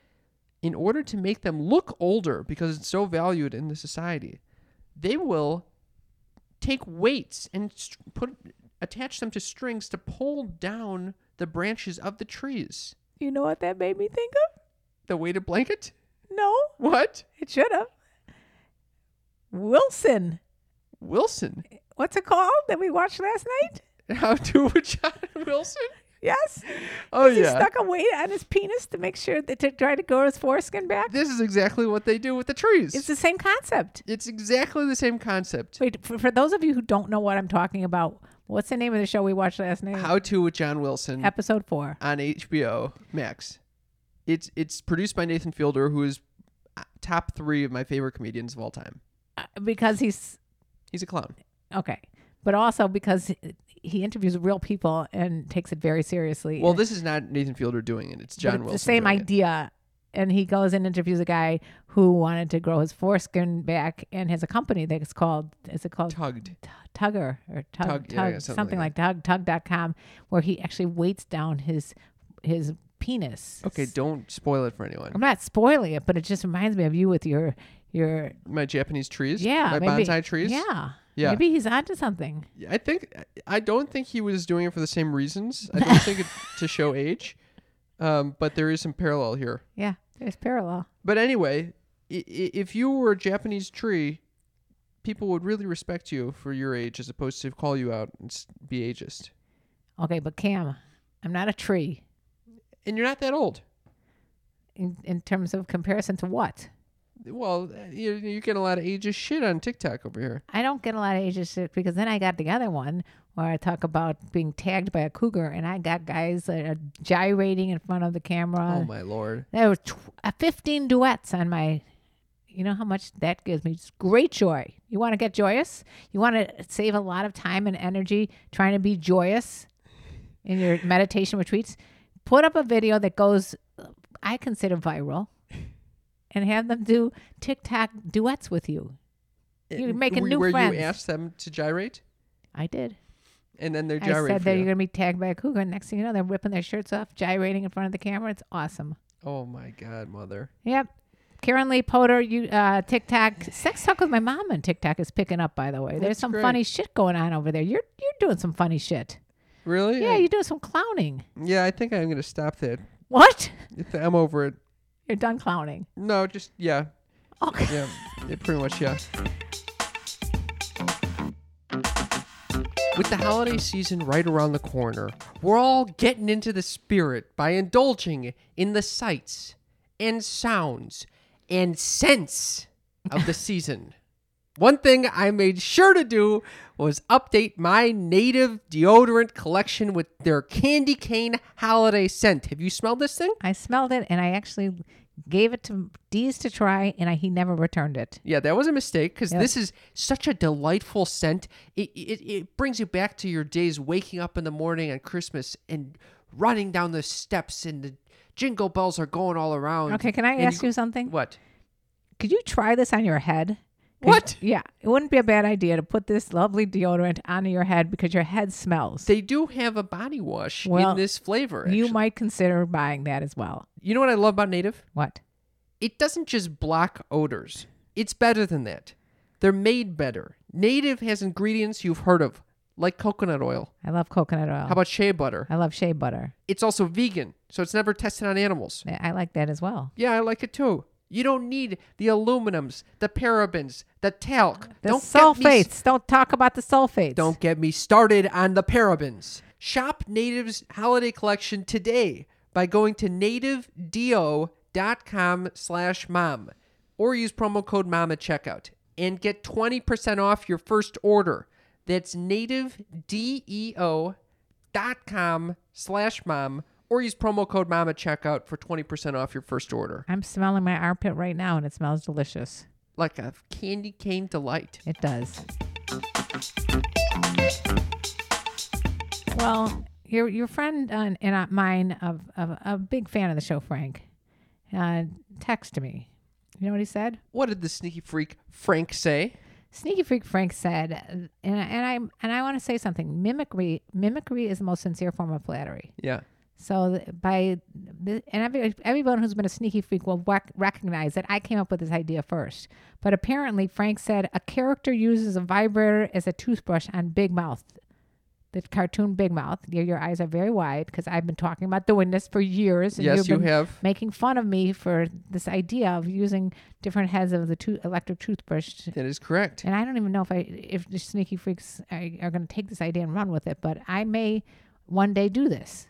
S2: in order to make them look older, because it's so valued in the society, they will take weights and st- put attach them to strings to pull down the branches of the trees.
S3: You know what that made me think of?
S2: The weighted blanket?
S3: No,
S2: What?
S3: it should have. Wilson.
S2: Wilson?
S3: What's it called that we watched last night?
S2: How to with John Wilson?
S3: Yes.
S2: Oh
S3: He
S2: yeah.
S3: stuck a weight on his penis to make sure that to try to grow his foreskin back.
S2: This is exactly what they do with the trees.
S3: It's the same concept.
S2: it's exactly the same concept.
S3: Wait, for, for those of you who don't know what I'm talking about, what's the name of the show we watched last night?
S2: How to with John Wilson.
S3: Episode four.
S2: on HBO Max. It's it's produced by Nathan Fielder, who is uh, top three of my favorite comedians of all time.
S3: Uh, because he's
S2: He's a clown.
S3: okay, but also because he, he interviews real people and takes it very seriously.
S2: Well, this is not Nathan Fielder doing it. It's
S3: But
S2: John
S3: it's
S2: Wilson.
S3: the same
S2: doing it.
S3: idea. And he goes and interviews a guy who wanted to grow his foreskin back and has a company that's called, is it called
S2: Tugged.
S3: T- Tugger or Tug,
S2: Tug,
S3: Tug
S2: yeah, yeah,
S3: something,
S2: something
S3: like
S2: like
S3: Tug, Tug.com, where he actually weights down his his penis.
S2: Okay, don't spoil it for
S3: I'm
S2: anyone.
S3: not spoiling it, but it just reminds me of you with your your
S2: My Japanese trees.
S3: yeah
S2: My
S3: maybe-
S2: bonsai trees.
S3: Yeah,
S2: Yeah.
S3: Maybe he's onto something.
S2: I think I don't think he was doing it for the same reasons. I don't think it to show age. Um, but there is some parallel here.
S3: Yeah, there's parallel.
S2: But anyway, i- i- if you were a Japanese tree, people would really respect you for your age as opposed to call you out and s- be ageist.
S3: Okay, but Cam, I'm not a tree
S2: And you're not that old.
S3: in, in terms of comparison to what.
S2: Well, you, you get a lot of ageist shit on TikTok over here.
S3: I don't get a lot of ageist shit because then I got the other one where I talk about being tagged by a cougar, and I got guys that are gyrating in front of the camera.
S2: oh my lord.
S3: There were tw- uh, 15 duets on my. You know how much that gives me? It's great joy. You want to get joyous? You want to save a lot of time and energy trying to be joyous in your meditation retreats? Put up a video that goes, uh, I consider viral, and have them do TikTok duets with you. You're
S2: Uh,
S3: making
S2: where,
S3: new
S2: where
S3: friends.
S2: you asked them to gyrate
S3: I did.
S2: and then they're
S3: I
S2: gyrating.
S3: said that you're going to be tagged by a cougar. And next thing you know, they're ripping their shirts off, gyrating in front of the camera. It's awesome.
S2: Oh my god, mother.
S3: Yep. Karen Lee Potter, you uh, TikTok sex talk with my mom on TikTok is picking up. By the way, there's
S2: That's
S3: some
S2: great.
S3: funny shit going on over there. You're you're doing some funny shit.
S2: Really?
S3: Yeah,
S2: I,
S3: you're doing some clowning.
S2: yeah, I think I'm going to stop that.
S3: What?
S2: I'm over it.
S3: You're done clowning.
S2: No, just yeah.
S3: Okay.
S2: Yeah. yeah, pretty much, yeah. With the holiday season right around the corner, we're all getting into the spirit by indulging in the sights and sounds and scents of the season. One thing I made sure to do was update my native deodorant collection with their candy cane holiday scent. Have you smelled this thing?
S3: I smelled it and I actually gave it to Dee's to try and I, he never returned it.
S2: Yeah, that was a mistake because
S3: Yeah.
S2: this is such a delightful scent. It, it it brings you back to your days waking up in the morning on Christmas and running down the steps and the jingle bells are going all around.
S3: Okay, can I
S2: Oh, And
S3: ask you something?
S2: What?
S3: Could you try this on your head? 'Cause-
S2: What?
S3: Yeah, it wouldn't be a bad idea to put this lovely deodorant on your head because your head smells.
S2: They do have a body wash
S3: Well,
S2: in this flavor.
S3: you
S2: actually.
S3: might consider buying that as well.
S2: You know what I love about Native?
S3: What?
S2: It doesn't just block odors. It's better than that. They're made better. Native has ingredients you've heard of, like coconut oil.
S3: I love coconut oil.
S2: How about shea butter?
S3: I love shea butter.
S2: It's also vegan, so it's never tested on animals.
S3: I I like that as well.
S2: Yeah, I like it too. You don't need the aluminums, the parabens, the talc.
S3: The
S2: don't
S3: sulfates.
S2: Get me, s-
S3: Don't talk about the sulfates.
S2: don't get me started on the parabens. Shop Native's holiday collection today by going to nativedo.com slash mom or use promo code mom at checkout and get 20% off your first order. That's nativedeo.com slash mom or use promo code mom at checkout for 20% off your first order.
S3: I'm smelling my armpit right now and it smells delicious.
S2: like a candy cane delight.
S3: It does. Well, your your friend uh, and uh, mine, of, of a big fan of the show, Frank, uh, texted me. You know what he said?
S2: What did the sneaky freak Frank say?
S3: Sneaky Freak Frank said, and I- and I and I want to say something. Mimicry mimicry is the most sincere form of flattery.
S2: Yeah.
S3: So th- by th- and every, everyone who's been a sneaky freak will rec- recognize that I came up with this idea first. But apparently, Frank said a character uses a vibrator as a toothbrush on Big Mouth, the cartoon Big Mouth. Your, your eyes are very wide because I've been talking about doing this for years.
S2: Yes,
S3: you've
S2: you
S3: been
S2: have.
S3: making fun of me for this idea of using different heads of the tooth electric toothbrush. to-
S2: That is correct.
S3: and I don't even know if I if the sneaky freaks are, are going to take this idea and run with it, but I may one day do this.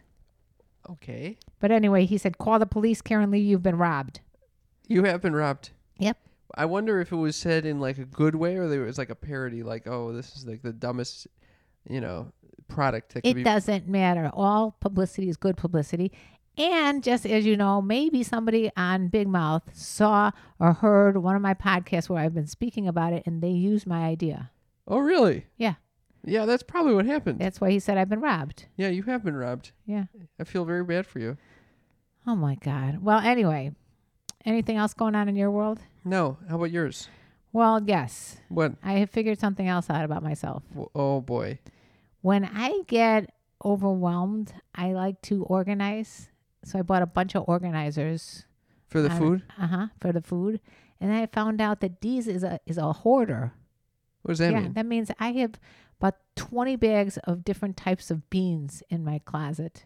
S2: Okay.
S3: But anyway, he said, "Call the police, Karen Lee. You've been robbed."
S2: You have been robbed.
S3: Yep.
S2: I wonder if it was said in like a good way or there was like a parody, like, oh, this is like the dumbest, you know, product that could
S3: It
S2: be.
S3: doesn't matter. All publicity is good publicity. And just as you know, maybe somebody on Big Mouth saw or heard one of my podcasts where I've been speaking about it, and they used my idea.
S2: Oh, really?
S3: Yeah,
S2: Yeah, that's probably what happened.
S3: that's why he said I've been robbed.
S2: yeah, you have been robbed.
S3: Yeah.
S2: I feel very bad for you.
S3: Oh my God. Well, anyway, anything else going on in your world?
S2: No. How about yours?
S3: Well, yes.
S2: What?
S3: I have figured something else out about myself.
S2: W- Oh, boy.
S3: When I get overwhelmed, I like to organize. So I bought a bunch of organizers.
S2: For the food?
S3: Uh huh. For the food, and I found out that Dee's is a is a hoarder.
S2: What does that
S3: yeah,
S2: mean?
S3: that means I have about twenty bags of different types of beans in my closet.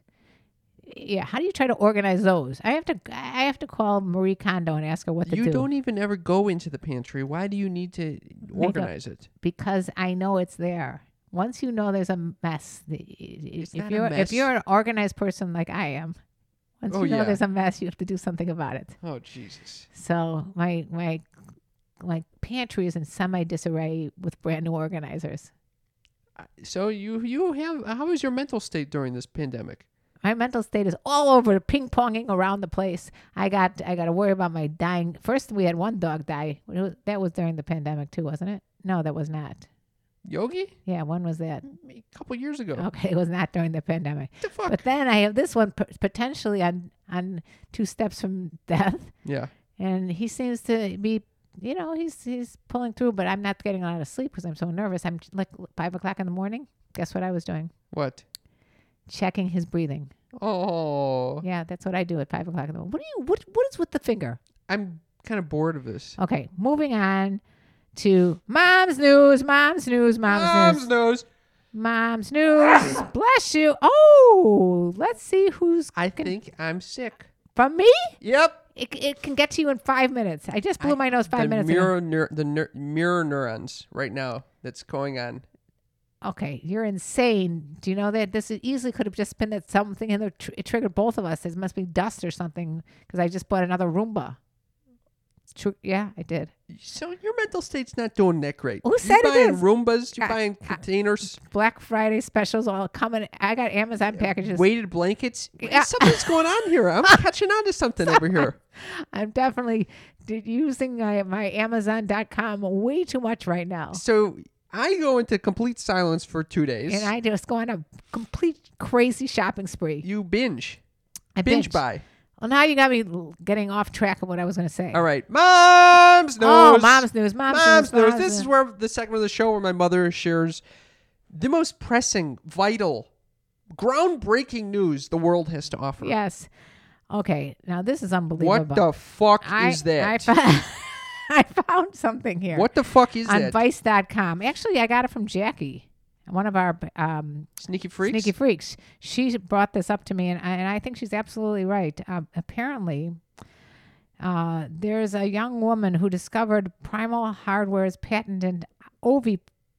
S3: Yeah, how do you try to organize those? I have to I have to call Marie Kondo and ask her what to
S2: you
S3: do.
S2: not even ever go into the pantry. Why do you need to organize it?
S3: because I know it's there. Once you know there's a mess, the- if
S2: not a
S3: you're
S2: mess.
S3: if you're an organized person like I am, once
S2: Oh,
S3: you know
S2: yeah.
S3: there's a mess, you have to do something about it.
S2: Oh, Jesus.
S3: So my my my pantry is in semi disarray with brand new organizers.
S2: So you you have how is your mental state during this pandemic?
S3: My mental state is all over ping ponging around the place. I got I got to worry about my dying. First, we had one dog die. It was- That was during the pandemic too, wasn't it? No, that was not.
S2: Yogi,
S3: Yeah, when was that?
S2: a couple years ago.
S3: Okay, it was not during the pandemic.
S2: the fuck?
S3: Oh, But then I have this one p- potentially on on two steps from death,
S2: yeah.
S3: and he seems to be, you know, he's he's pulling through. But I'm not getting a lot of sleep because I'm so nervous. I'm like five o'clock in the morning. Guess what I was doing?
S2: What?
S3: Checking his breathing.
S2: Oh,
S3: Yeah, that's what I do at five o'clock in the morning. What do you? What what is with the finger?
S2: I'm kind of bored of this.
S3: Okay, moving on to mom's news. Mom's news. Mom's,
S2: Mom's
S3: news.
S2: nose.
S3: Mom's news. Bless you. Oh, let's see who's
S2: I think I'm sick.
S3: from me.
S2: Yep.
S3: It, it can get to you in five minutes. I just blew my nose five
S2: the
S3: minutes ago.
S2: Mirror neur- the neur- mirror neurons right now. That's going on.
S3: Okay, you're insane. Do you know that this easily could have just been that something in there tr- it triggered both of us? It must be dust or something because I just bought another Roomba. True. Yeah, I did.
S2: So your mental state's not doing that great.
S3: Who
S2: you
S3: said it
S2: buying
S3: is?
S2: Roombas? You
S3: I-
S2: buying containers?
S3: Black Friday specials all coming. I got Amazon packages.
S2: weighted blankets?
S3: Yeah.
S2: Something's going on here. I'm catching on to something over here.
S3: I'm definitely did using my, my Amazon.com way too much right now.
S2: So I go into complete silence for two days.
S3: And I just go on a complete crazy shopping spree.
S2: you binge,
S3: I
S2: binge buy.
S3: Well, now you got me l- getting off track of what I was going to say.
S2: All right, mom's news.
S3: Oh, mom's news, mom's
S2: mom's
S3: news, mom's
S2: This is
S3: news.
S2: where the segment of the show where my mother shares the most pressing, vital, groundbreaking news the world has to offer.
S3: Yes. Okay. Now this is unbelievable.
S2: What the fuck
S3: I,
S2: is that?
S3: I, fo- I found something here.
S2: what the fuck is
S3: on
S2: that?
S3: Vice.com. Actually, I got it from Jackie, one of our um,
S2: Sneaky freaks.
S3: Sneaky Freaks. She brought this up to me, and I, and I think she's absolutely right. Um, apparently, uh, there's a young woman who discovered Primal Hardware's patented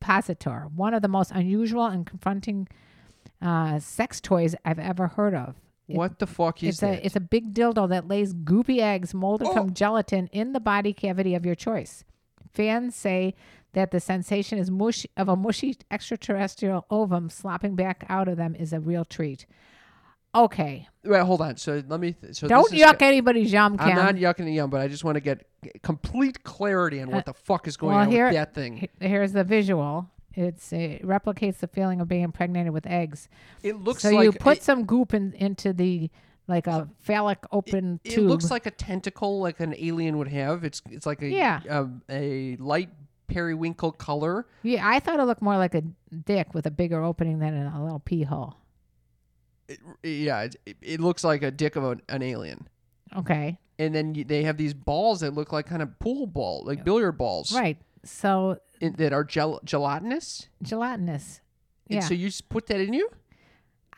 S3: ovipositor, one of the most unusual and confronting uh, sex toys I've ever heard of. It-
S2: what the fuck is
S3: it's
S2: that?
S3: a it's a big dildo that lays goopy eggs molded
S2: Oh.
S3: from gelatin in the body cavity of your choice. Fans say that the sensation is mush of a mushy extraterrestrial ovum slopping back out of them is a real treat. Okay,
S2: Wait, hold on. So let me. Th- so
S3: don't
S2: this is
S3: yuck
S2: ca-
S3: anybody's yum, Cam.
S2: I'm not yucking and yum, but I just want to get complete clarity on what the fuck is going
S3: Uh, well,
S2: on
S3: here-
S2: with that thing.
S3: he- Here's the visual. It's it replicates the feeling of being impregnated with eggs.
S2: It looks
S3: so
S2: like
S3: you put
S2: it,
S3: some goop in, into the like a phallic open
S2: it
S3: tube.
S2: looks like a tentacle, like an alien would have. It's it's like a
S3: Yeah.
S2: um, a light periwinkle color.
S3: Yeah, I thought it looked more like a dick with a bigger opening than a little pee hole.
S2: It, yeah, it, it looks like a dick of an, an alien.
S3: Okay,
S2: And then you, they have these balls that look like kind of pool ball, like billiard balls,
S3: right. So
S2: in- that are gel, gelatinous.
S3: gelatinous.
S2: And
S3: Yeah,
S2: so you just put that in you.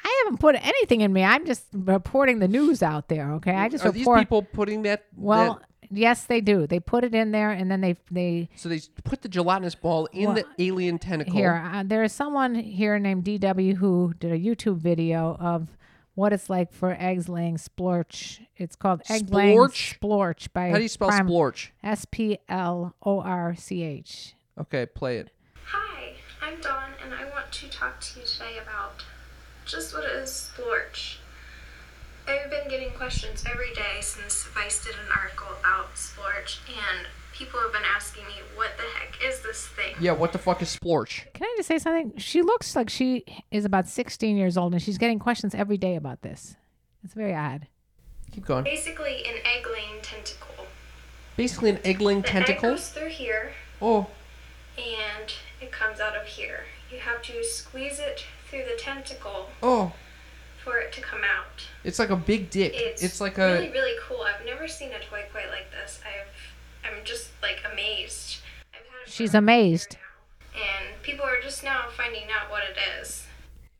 S3: I haven't put anything in me. I'm just reporting the news out there. Okay, I just
S2: are these
S3: report.
S2: people putting that?
S3: well,
S2: that-
S3: yes, they do. They put it in there, and then they they
S2: so they put the gelatinous ball in
S3: Well,
S2: the alien tentacle.
S3: here. Uh, there is someone here named DW who did a YouTube video of what it's like for eggs laying splorch. It's called egg laying
S2: Splorch?
S3: splorch by
S2: How do you spell
S3: Prime-
S2: splorch?
S3: S P L O R C H.
S2: Okay, play it.
S7: Hi, I'm Dawn, and I want to talk to you today about just what is splorch. I've been getting questions every day since Vice did an article about splorch, and people have been asking me, what the heck is this thing?
S2: Yeah, what the fuck is splorch?
S3: Can I just say something? She looks like she is about 16 years old and she's getting questions every day about this. It's very odd.
S2: Keep going.
S7: Basically, an egg laying tentacle.
S2: Basically, an eggling
S7: The egg
S2: tentacle.
S7: goes through here,
S2: Oh,
S7: and it comes out of here. You have to squeeze it through the tentacle
S2: oh,
S7: for it to come out.
S2: it's like a big dick. It's,
S7: It's,
S2: like
S7: really
S2: a.
S7: really cool. I've never seen a toy quite like this. I've I'm just like amazed. I've had it for
S3: She's
S7: over a year
S3: amazed.
S7: now, and people are just now finding out what it is.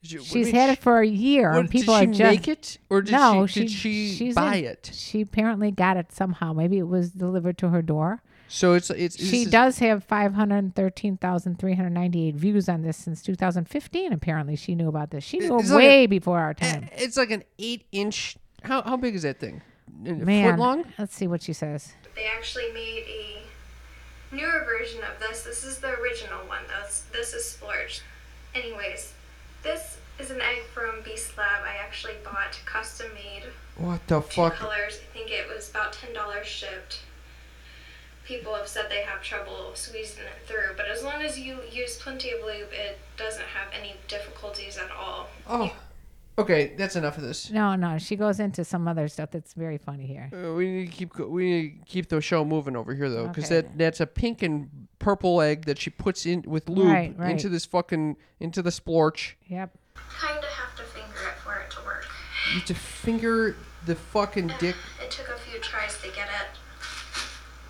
S2: She- what do you
S3: She's
S2: mean
S3: had
S2: she-
S3: it for a year
S2: what-
S3: and people
S2: did
S3: are
S2: she
S3: just
S2: make it or did
S3: no,
S2: she, did she
S3: she's
S2: buy
S3: in-
S2: it?
S3: She apparently got it somehow. Maybe it was delivered to her door.
S2: So it's it's. this
S3: She
S2: is-
S3: does have 513,398 views on this since 2015 apparently. She knew about this. She knew
S2: It's like
S3: way
S2: a-
S3: before our
S2: eh,
S3: time.
S2: It's like an eight inch. How how big is that thing? A
S3: Man,
S2: Foot long.
S3: let's see what she says.
S7: They actually made a newer version of this. This is the original one. This this is splurged. Anyways, this is an egg from Beast Lab. I actually bought custom made
S2: What the
S7: two
S2: fuck?
S7: colors. I think it was about ten dollars shipped. People have said they have trouble squeezing it through, but as long as you use plenty of lube, it doesn't have any difficulties at all.
S2: Oh, okay. That's enough of this.
S3: No, no, she goes into some other stuff that's very funny here.
S2: Uh, we need to keep go- we need to keep the show moving over here though, because
S3: Okay.
S2: that that's a pink and purple egg that she puts in with lube
S3: Right, right.
S2: into this fucking into the splorch.
S3: Yep.
S7: Kind of have to finger it for it to work.
S2: You have to finger the fucking dick.
S7: It took a few tries to get it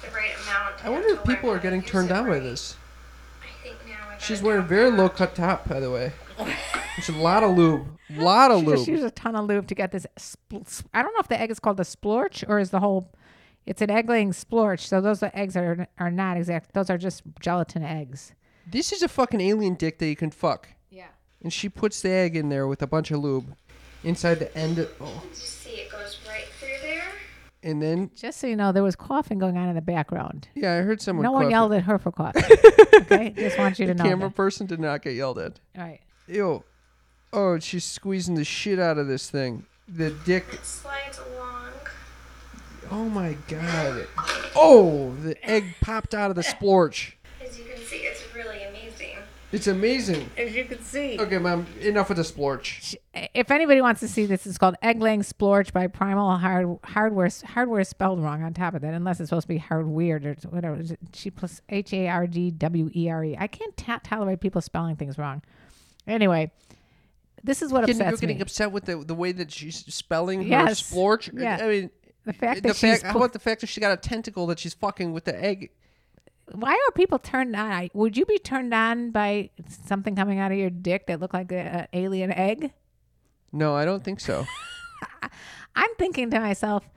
S7: the right amount.
S2: I
S7: and
S2: wonder
S7: to
S2: if people are
S7: learn how to
S2: getting
S7: use
S2: turned
S7: it
S2: on by
S7: right.
S2: this.
S7: I think now I got
S2: She's
S7: it
S2: wearing a
S7: down
S2: very
S7: pat.
S2: low cut top, by the way. It's a lot of lube. Lot of
S3: She just
S2: lube.
S3: used a ton of lube to get this. spl- s- I don't know if the egg is called the splorch or is the whole. It's an egg laying splorch. So those are eggs are are not exact. Those are just gelatin eggs.
S2: This is a fucking alien dick that you can fuck. Yeah. And she puts the egg in there with a bunch of lube inside the end. Of, oh.
S7: You see, it goes right through there.
S2: and then
S3: Just so you know, there was coughing going on in the background.
S2: yeah, I heard someone.
S3: No one
S2: coughing.
S3: yelled at her for coughing. okay, just want you to
S2: The
S3: know.
S2: camera
S3: that.
S2: person did not get yelled at.
S3: All right.
S2: Ew. Oh, she's squeezing the shit out of this thing. The dick.
S7: It slides along.
S2: Oh my god. Oh, the egg popped out of the splorch.
S7: As you can see, it's really amazing.
S2: It's amazing.
S7: As you can see.
S2: Okay, mom. Enough with the splorch.
S3: If anybody wants to see this, it's called Egg Laying Splorch by Primal Hard Hardware. Hardware is spelled wrong on top of that, unless it's supposed to be hard weird or whatever. Is it She plus H A R D W E R E. I can't ta tolerate people spelling things wrong. Anyway, this is what
S2: Getting-
S3: upsets
S2: you're getting
S3: me.
S2: upset with the, the way that she's spelling her
S3: Yes.
S2: splorch.
S3: Yeah.
S2: I mean,
S3: the fact
S2: the
S3: that she's
S2: fact. How about the fact that she got a tentacle that she's fucking with the egg?
S3: why are people turned on? I, would you be turned on by something coming out of your dick that looked like an alien egg?
S2: No, I don't think so.
S3: I'm thinking to myself,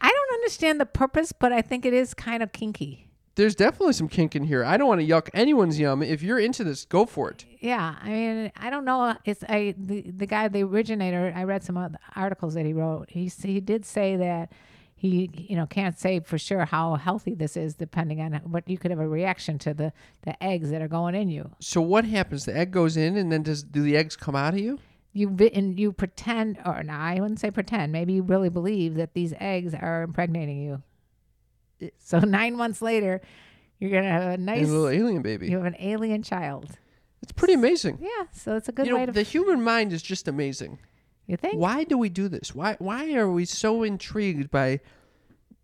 S3: I don't understand the purpose, but I think it is kind of kinky.
S2: There's definitely some kink in here. I don't want to yuck anyone's yum. If you're into this, go for it.
S3: Yeah, I mean, I don't know. uh, It's I the, the guy, the originator. I read some of the articles that he wrote. He s- he did say that he you know can't say for sure how healthy this is, depending on what you could have a reaction to the the eggs that are going in you.
S2: So what happens? The egg goes in, and then does do the eggs come out of you?
S3: you vi- and you pretend or no, I wouldn't say pretend. Maybe you really believe that these eggs are impregnating you. So nine months later, you're gonna have a
S2: And
S3: nice
S2: a little alien baby.
S3: you have an alien child.
S2: It's pretty amazing.
S3: Yeah, so it's a good
S2: you
S3: way
S2: know,
S3: to
S2: the human mind is just amazing.
S3: you think.
S2: Why do we do this? Why why are we so intrigued by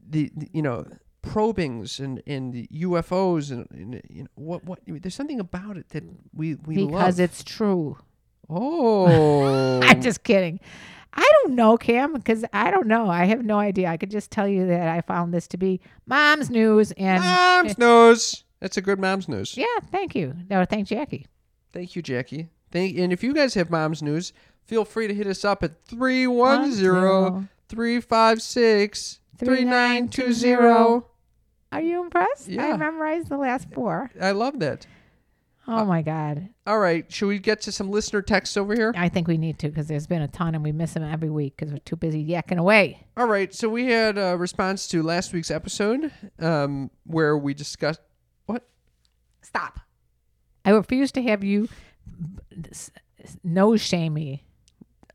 S2: the, the, you know probings and and the UFOs and, and you know what what there's something about it that we we
S3: Because
S2: love.
S3: it's true.
S2: oh
S3: I'm just kidding. I don't know, Cam, because I don't know. I have no idea. I could just tell you that I found this to be mom's news and
S2: mom's nose. That's a good mom's news.
S3: yeah, thank you. No, thank Jackie.
S2: Thank you, Jackie. Thank and if you guys have mom's news, feel free to hit us up at 310 356 3920.
S3: Are you impressed?
S2: Yeah.
S3: I memorized the last four.
S2: I love that.
S3: Oh my God.
S2: All right, should we get to some listener texts over here?
S3: I think we need to because there's been a ton and we miss them every week because we're too busy yakking away.
S2: All right, so we had a response to last week's episode um, where we discussed what?
S3: Stop. I refuse to have you s- s- nose shame me.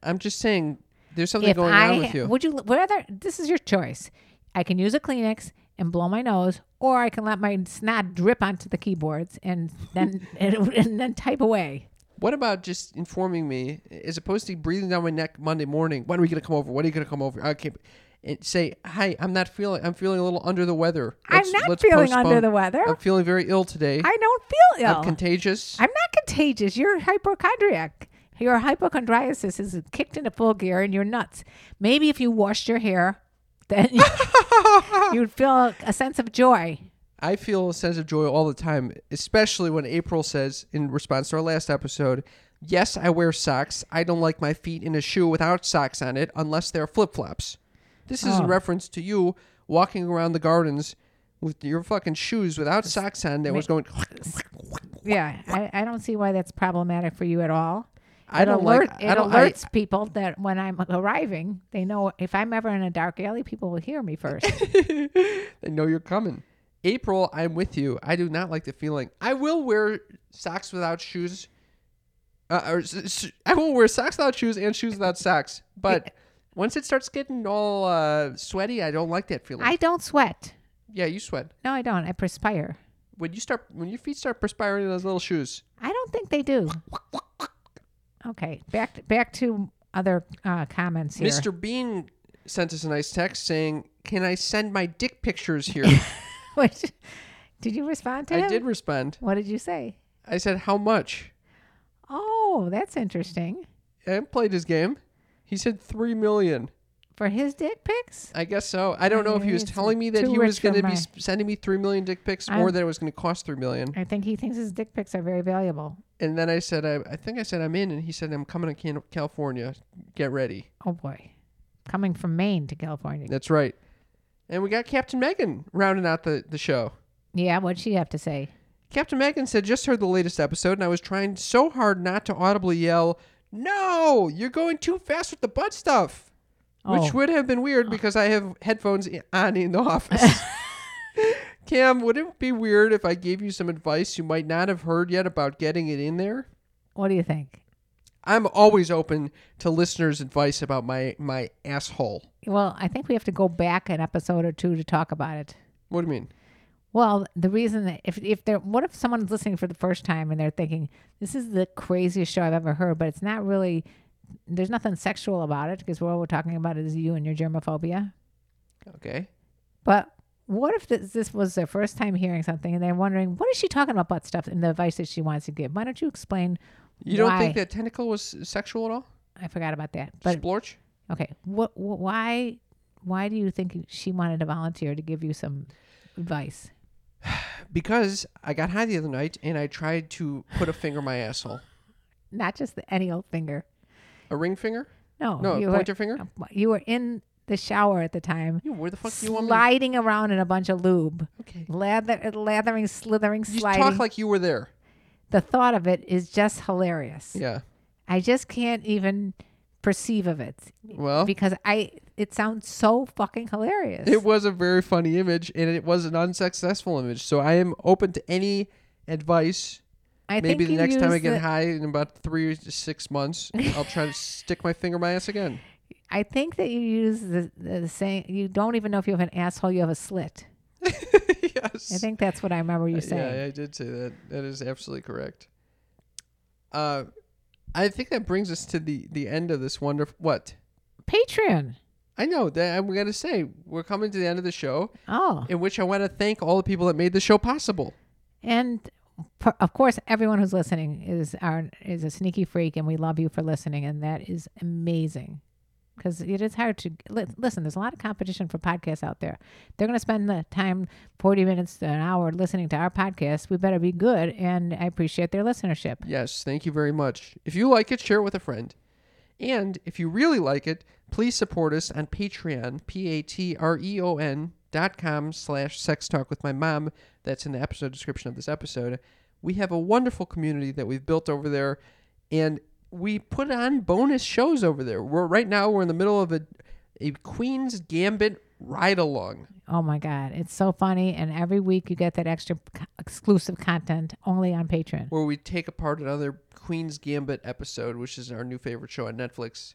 S2: I'm just saying there's something going
S3: I
S2: on with you.
S3: would you whether this is your choice, I can use a Kleenex and blow my nose, or I can let my snot drip onto the keyboards and then and, and then type away.
S2: What about just informing me, as opposed to breathing down my neck Monday morning? When are we gonna come over? When are you gonna come over? I can't. And say, hi, I'm not feeling. I'm feeling a little under the weather.
S3: I'm not feeling under the weather.
S2: I'm feeling very ill today.
S3: I don't feel ill.
S2: am contagious.
S3: I'm not contagious. You're hypochondriac. Your hypochondriasis is kicked into full gear and you're nuts. Maybe if you washed your hair, then you'd feel a sense of joy.
S2: I feel a sense of joy all the time, especially when April says, in response to our last episode, Yes, I wear socks. I don't like my feet in a shoe without socks on it unless they're flip flops. This is in reference to you walking around the gardens with your fucking shoes without socks on that was going.
S3: Yeah, I, I don't see why that's problematic for you at all.
S2: I
S3: It
S2: don't
S3: alert,
S2: like.
S3: it
S2: I don't. I,
S3: alerts people that when I'm arriving, they know if I'm ever in a dark alley, people will hear me first.
S2: I know you're coming. April, I'm with you. I do not like the feeling. I will wear socks without shoes. Uh, or s- s- I will wear socks without shoes and shoes without socks. But once it starts getting all uh, sweaty, I don't like that feeling.
S3: I don't sweat.
S2: yeah, you sweat
S3: No, I don't. I perspire.
S2: when you start when your feet start perspiring in those little shoes.
S3: I don't think they do. Okay, back back to other uh, comments here.
S2: Mr. Bean sent us a nice text saying, "Can I send my dick pictures here?"
S3: Which, did you respond to
S2: I
S3: him?
S2: did respond.
S3: What did you say?
S2: I said, "How much?"
S3: Oh, that's interesting.
S2: I played his game. He said three million.
S3: For his dick pics?
S2: I guess so. I don't know if he was
S3: It's
S2: telling me that
S3: too
S2: he
S3: rich
S2: was going to
S3: for
S2: be
S3: my-
S2: s- sending me three million dick pics, or
S3: I'm-
S2: that it was going to cost three million.
S3: I think he thinks his dick pics are very valuable.
S2: And then I said, I, I think I said I'm in, and he said I'm coming to Can- California. Get ready.
S3: Oh boy, coming from Maine to California.
S2: That's right. And we got Captain Megan rounding out the, the show.
S3: Yeah, what'd she have to say?
S2: Captain Megan said, just heard the latest episode, and I was trying so hard not to audibly yell, No, you're going too fast with the butt stuff. which
S3: Oh.
S2: would have been weird because I have headphones i- on in the office. Cam, would it be weird if I gave you some advice you might not have heard yet about getting it in there?
S3: What do you think?
S2: I'm always open to listeners' advice about my my asshole.
S3: Well, I think we have to go back an episode or two to talk about it.
S2: What do you mean?
S3: Well, the reason that if if they're what if someone's listening for the first time and they're thinking this is the craziest show I've ever heard, but it's not really. There's nothing sexual about it because what we're talking about is you and your germophobia.
S2: Okay.
S3: But what if this, this was their first time hearing something and they're wondering what is she talking about butt stuff and the advice that she wants to give? Why don't you explain?
S2: You don't think
S3: why-
S2: that tentacle was sexual at all?
S3: I forgot about that. But
S2: Splorch?
S3: okay, what, wh- why why do you think she wanted to volunteer to give you some advice?
S2: Because I got high the other night and I tried to put a finger in my asshole.
S3: Not just the, any old finger.
S2: A ring finger?
S3: No,
S2: No,
S3: you
S2: pointer
S3: were, Uh,
S2: finger?
S3: You were in the shower at the time,
S2: You, where the fuck do you want me? to-
S3: sliding around in a bunch of lube,
S2: Okay.
S3: lather, lathering, slithering,
S2: You
S3: sliding.
S2: talk like you were there.
S3: the thought of it is just hilarious.
S2: Yeah.
S3: I just can't even perceive of it
S2: Well,
S3: because I it sounds so fucking hilarious.
S2: it was a very funny image and it was an unsuccessful image. So I am open to any advice.
S3: I
S2: Maybe the
S3: you
S2: next time I
S3: used
S2: get
S3: the-
S2: high in about three to six months, I'll try to stick my finger in my ass again.
S3: I think that you use the, the, the saying. You don't even know if you have an asshole. You have a slit.
S2: yes.
S3: I think that's what I remember you saying.
S2: Uh, Yeah, I did say that. That is absolutely correct. Uh, I think that brings us to the the end of this wonderful. What
S3: Patreon.
S2: I know that I'm gonna say we're coming to the end of the show,
S3: Oh,
S2: in which I want to thank all the people that made the show possible.
S3: and per, of course, everyone who's listening is our is a sneaky freak, and we love you for listening, and that is amazing. Because it is hard to li- listen. There's a lot of competition for podcasts out there. They're going to spend the time, 40 minutes to an hour, listening to our podcast. We better be good, and I appreciate their listenership.
S2: Yes, thank you very much. If you like it, share it with a friend. And if you really like it, please support us on Patreon, P A T R E O N dot com slash sex talk with my mom. That's in the episode description of this episode. We have a wonderful community that we've built over there and we put on bonus shows over there. We're right now we're in the middle of a a Queen's Gambit ride along.
S3: Oh my God, it's so funny. And every week you get that extra c- exclusive content only on Patreon.
S2: where we take apart another Queen's Gambit episode, which is our new favorite show on Netflix.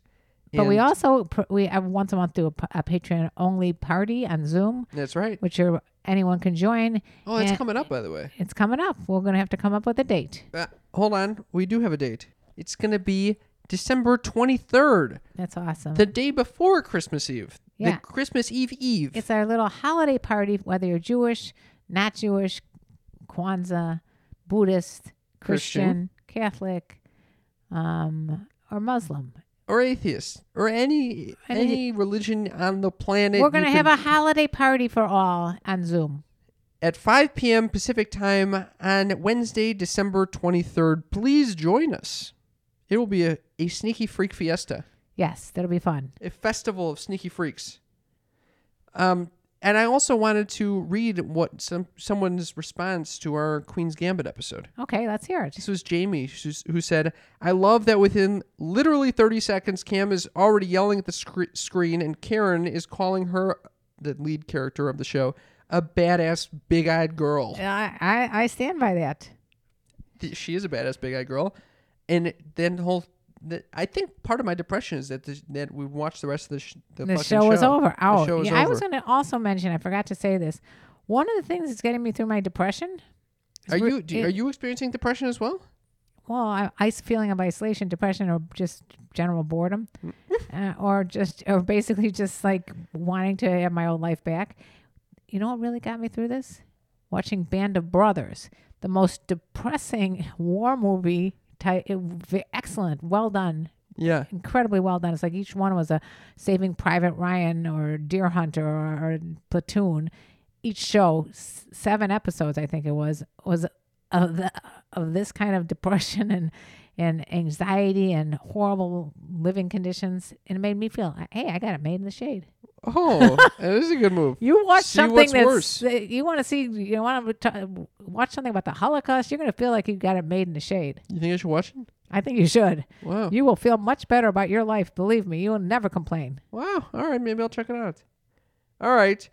S3: But we
S2: And-
S3: also, pr- we uh, once a month do a, p- a Patreon only party on Zoom,
S2: That's right.
S3: which are, anyone can join.
S2: Oh, that's
S3: and
S2: coming up, by the way.
S3: It's coming up. We're going to have to come up with a date.
S2: Uh, hold on. We do have a date. It's going to be December 23rd,
S3: That's awesome.
S2: the day before Christmas Eve.
S3: Uh-huh. Yeah.
S2: The Christmas Eve Eve.
S3: it's our little holiday party, whether you're Jewish, not Jewish, Kwanzaa, Buddhist,
S2: Christian.
S3: Christian, Catholic, um, or Muslim.
S2: or atheist. Or any
S3: Any-
S2: any, religion on the planet.
S3: We're
S2: you
S3: going to
S2: can-
S3: have a holiday party for all on Zoom.
S2: At 5 p.m. Pacific time on Wednesday, December 23rd. Please join us. It will be a, a sneaky freak fiesta.
S3: Yes, that'll be fun.
S2: a festival of sneaky freaks. Um, and I also wanted to read what some someone's response to our Queen's Gambit episode.
S3: Okay, let's hear it.
S2: This was Jamie who's- who said, "I love that within literally 30 seconds, Cam is already yelling at the scre- screen, and Karen is calling her, the lead character of the show, a badass big-eyed girl.
S3: I, I, I stand by that.
S2: Th- She is a badass big-eyed girl." And then the whole, the, I think part of my depression is that the, that we watched the rest of the sh- the,
S3: The
S2: fucking
S3: show, is over.
S2: The
S3: Oh,
S2: show is
S3: yeah, I was
S2: over.
S3: going to also mention. I forgot to say this. One of the things that's getting me through my depression.
S2: Are
S3: re-
S2: you do,
S3: it-
S2: are you experiencing depression as well?
S3: Well, I, I feeling of isolation, depression, or just general boredom,
S2: Mm.
S3: uh, or just or basically just like wanting to have my old life back. You know what really got me through this? Watching Band of Brothers, the most depressing war movie. Ty- it- v- excellent, well done,
S2: Yeah.
S3: incredibly well done. It's like each one was a Saving Private Ryan or Deer Hunter or, or Platoon. Each show, s- seven episodes, I think it was, was of the, of this kind of depression and and anxiety and horrible living conditions, and it made me feel, uh, hey, I got it made in the shade.
S2: Oh, that is a good move.
S3: You watch
S2: See
S3: something
S2: what's
S3: that's
S2: worse.
S3: that you want to see, you want to watch something about the Holocaust, you're going to feel like you got it made in the shade.
S2: You think I should watch it?
S3: I think you should.
S2: Wow.
S3: You will feel much better about your life. Believe me, you will never complain.
S2: Wow. All right. Maybe I'll check it out. All right.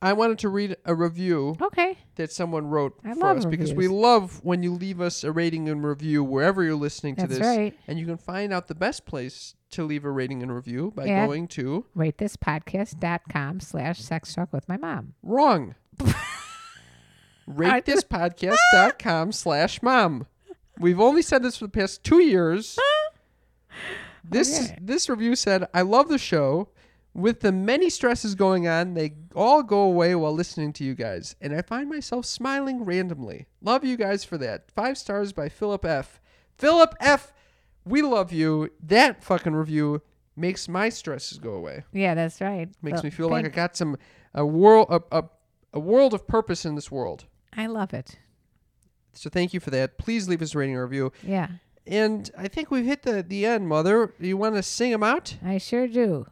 S2: I wanted to read a review
S3: Okay.
S2: that someone wrote
S3: I
S2: for
S3: love
S2: us because we
S3: reviews.
S2: love when you leave us a rating and review wherever you're listening to
S3: That's
S2: this.
S3: right.
S2: And you can find out the best place to leave a rating and review by
S3: Yeah.
S2: going to
S3: ratethispodcast.com slash sex talk with my mom.
S2: wrong. RateThisPodcast.com slash mom. We've only said this for the past two years. This
S3: Okay.
S2: this review said, I love the show. With the many stresses going on, they all go away while listening to you guys, and I find myself smiling randomly. Love you guys for that. Five stars by Philip F. Philip F. We love you. That fucking review makes my stresses go away
S3: Yeah, that's right.
S2: makes
S3: Well,
S2: me feel like I
S3: thank-
S2: got some a world a, a, a world of purpose in this world.
S3: I love it.
S2: So thank you for that. Please leave us a rating or review.
S3: Yeah,
S2: And I think we've hit the the end, mother. Do you want to sing them out?
S3: I sure do.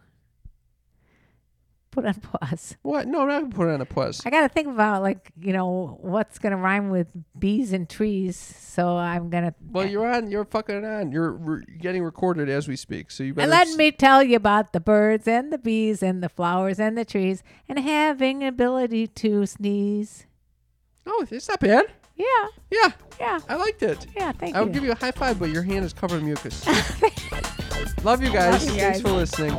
S3: Put on pause.
S2: What? No, I'm not gonna put it on a pause.
S3: I got to think about like you know what's gonna rhyme with bees and trees. So I'm gonna.
S2: well, you're on. You're fucking on. You're re- getting recorded as we speak. So you better.
S3: And let
S2: s-
S3: me tell you about the birds and the bees and the flowers and the trees and having ability to sneeze.
S2: Oh, it's not bad.
S3: Yeah,
S2: Yeah,
S3: yeah,
S2: I liked it.
S3: yeah. Thank
S2: I
S3: you.
S2: would give you a high five, but your hand is covered in mucus. Love you guys.
S3: you
S2: Thanks
S3: guys.
S2: for listening.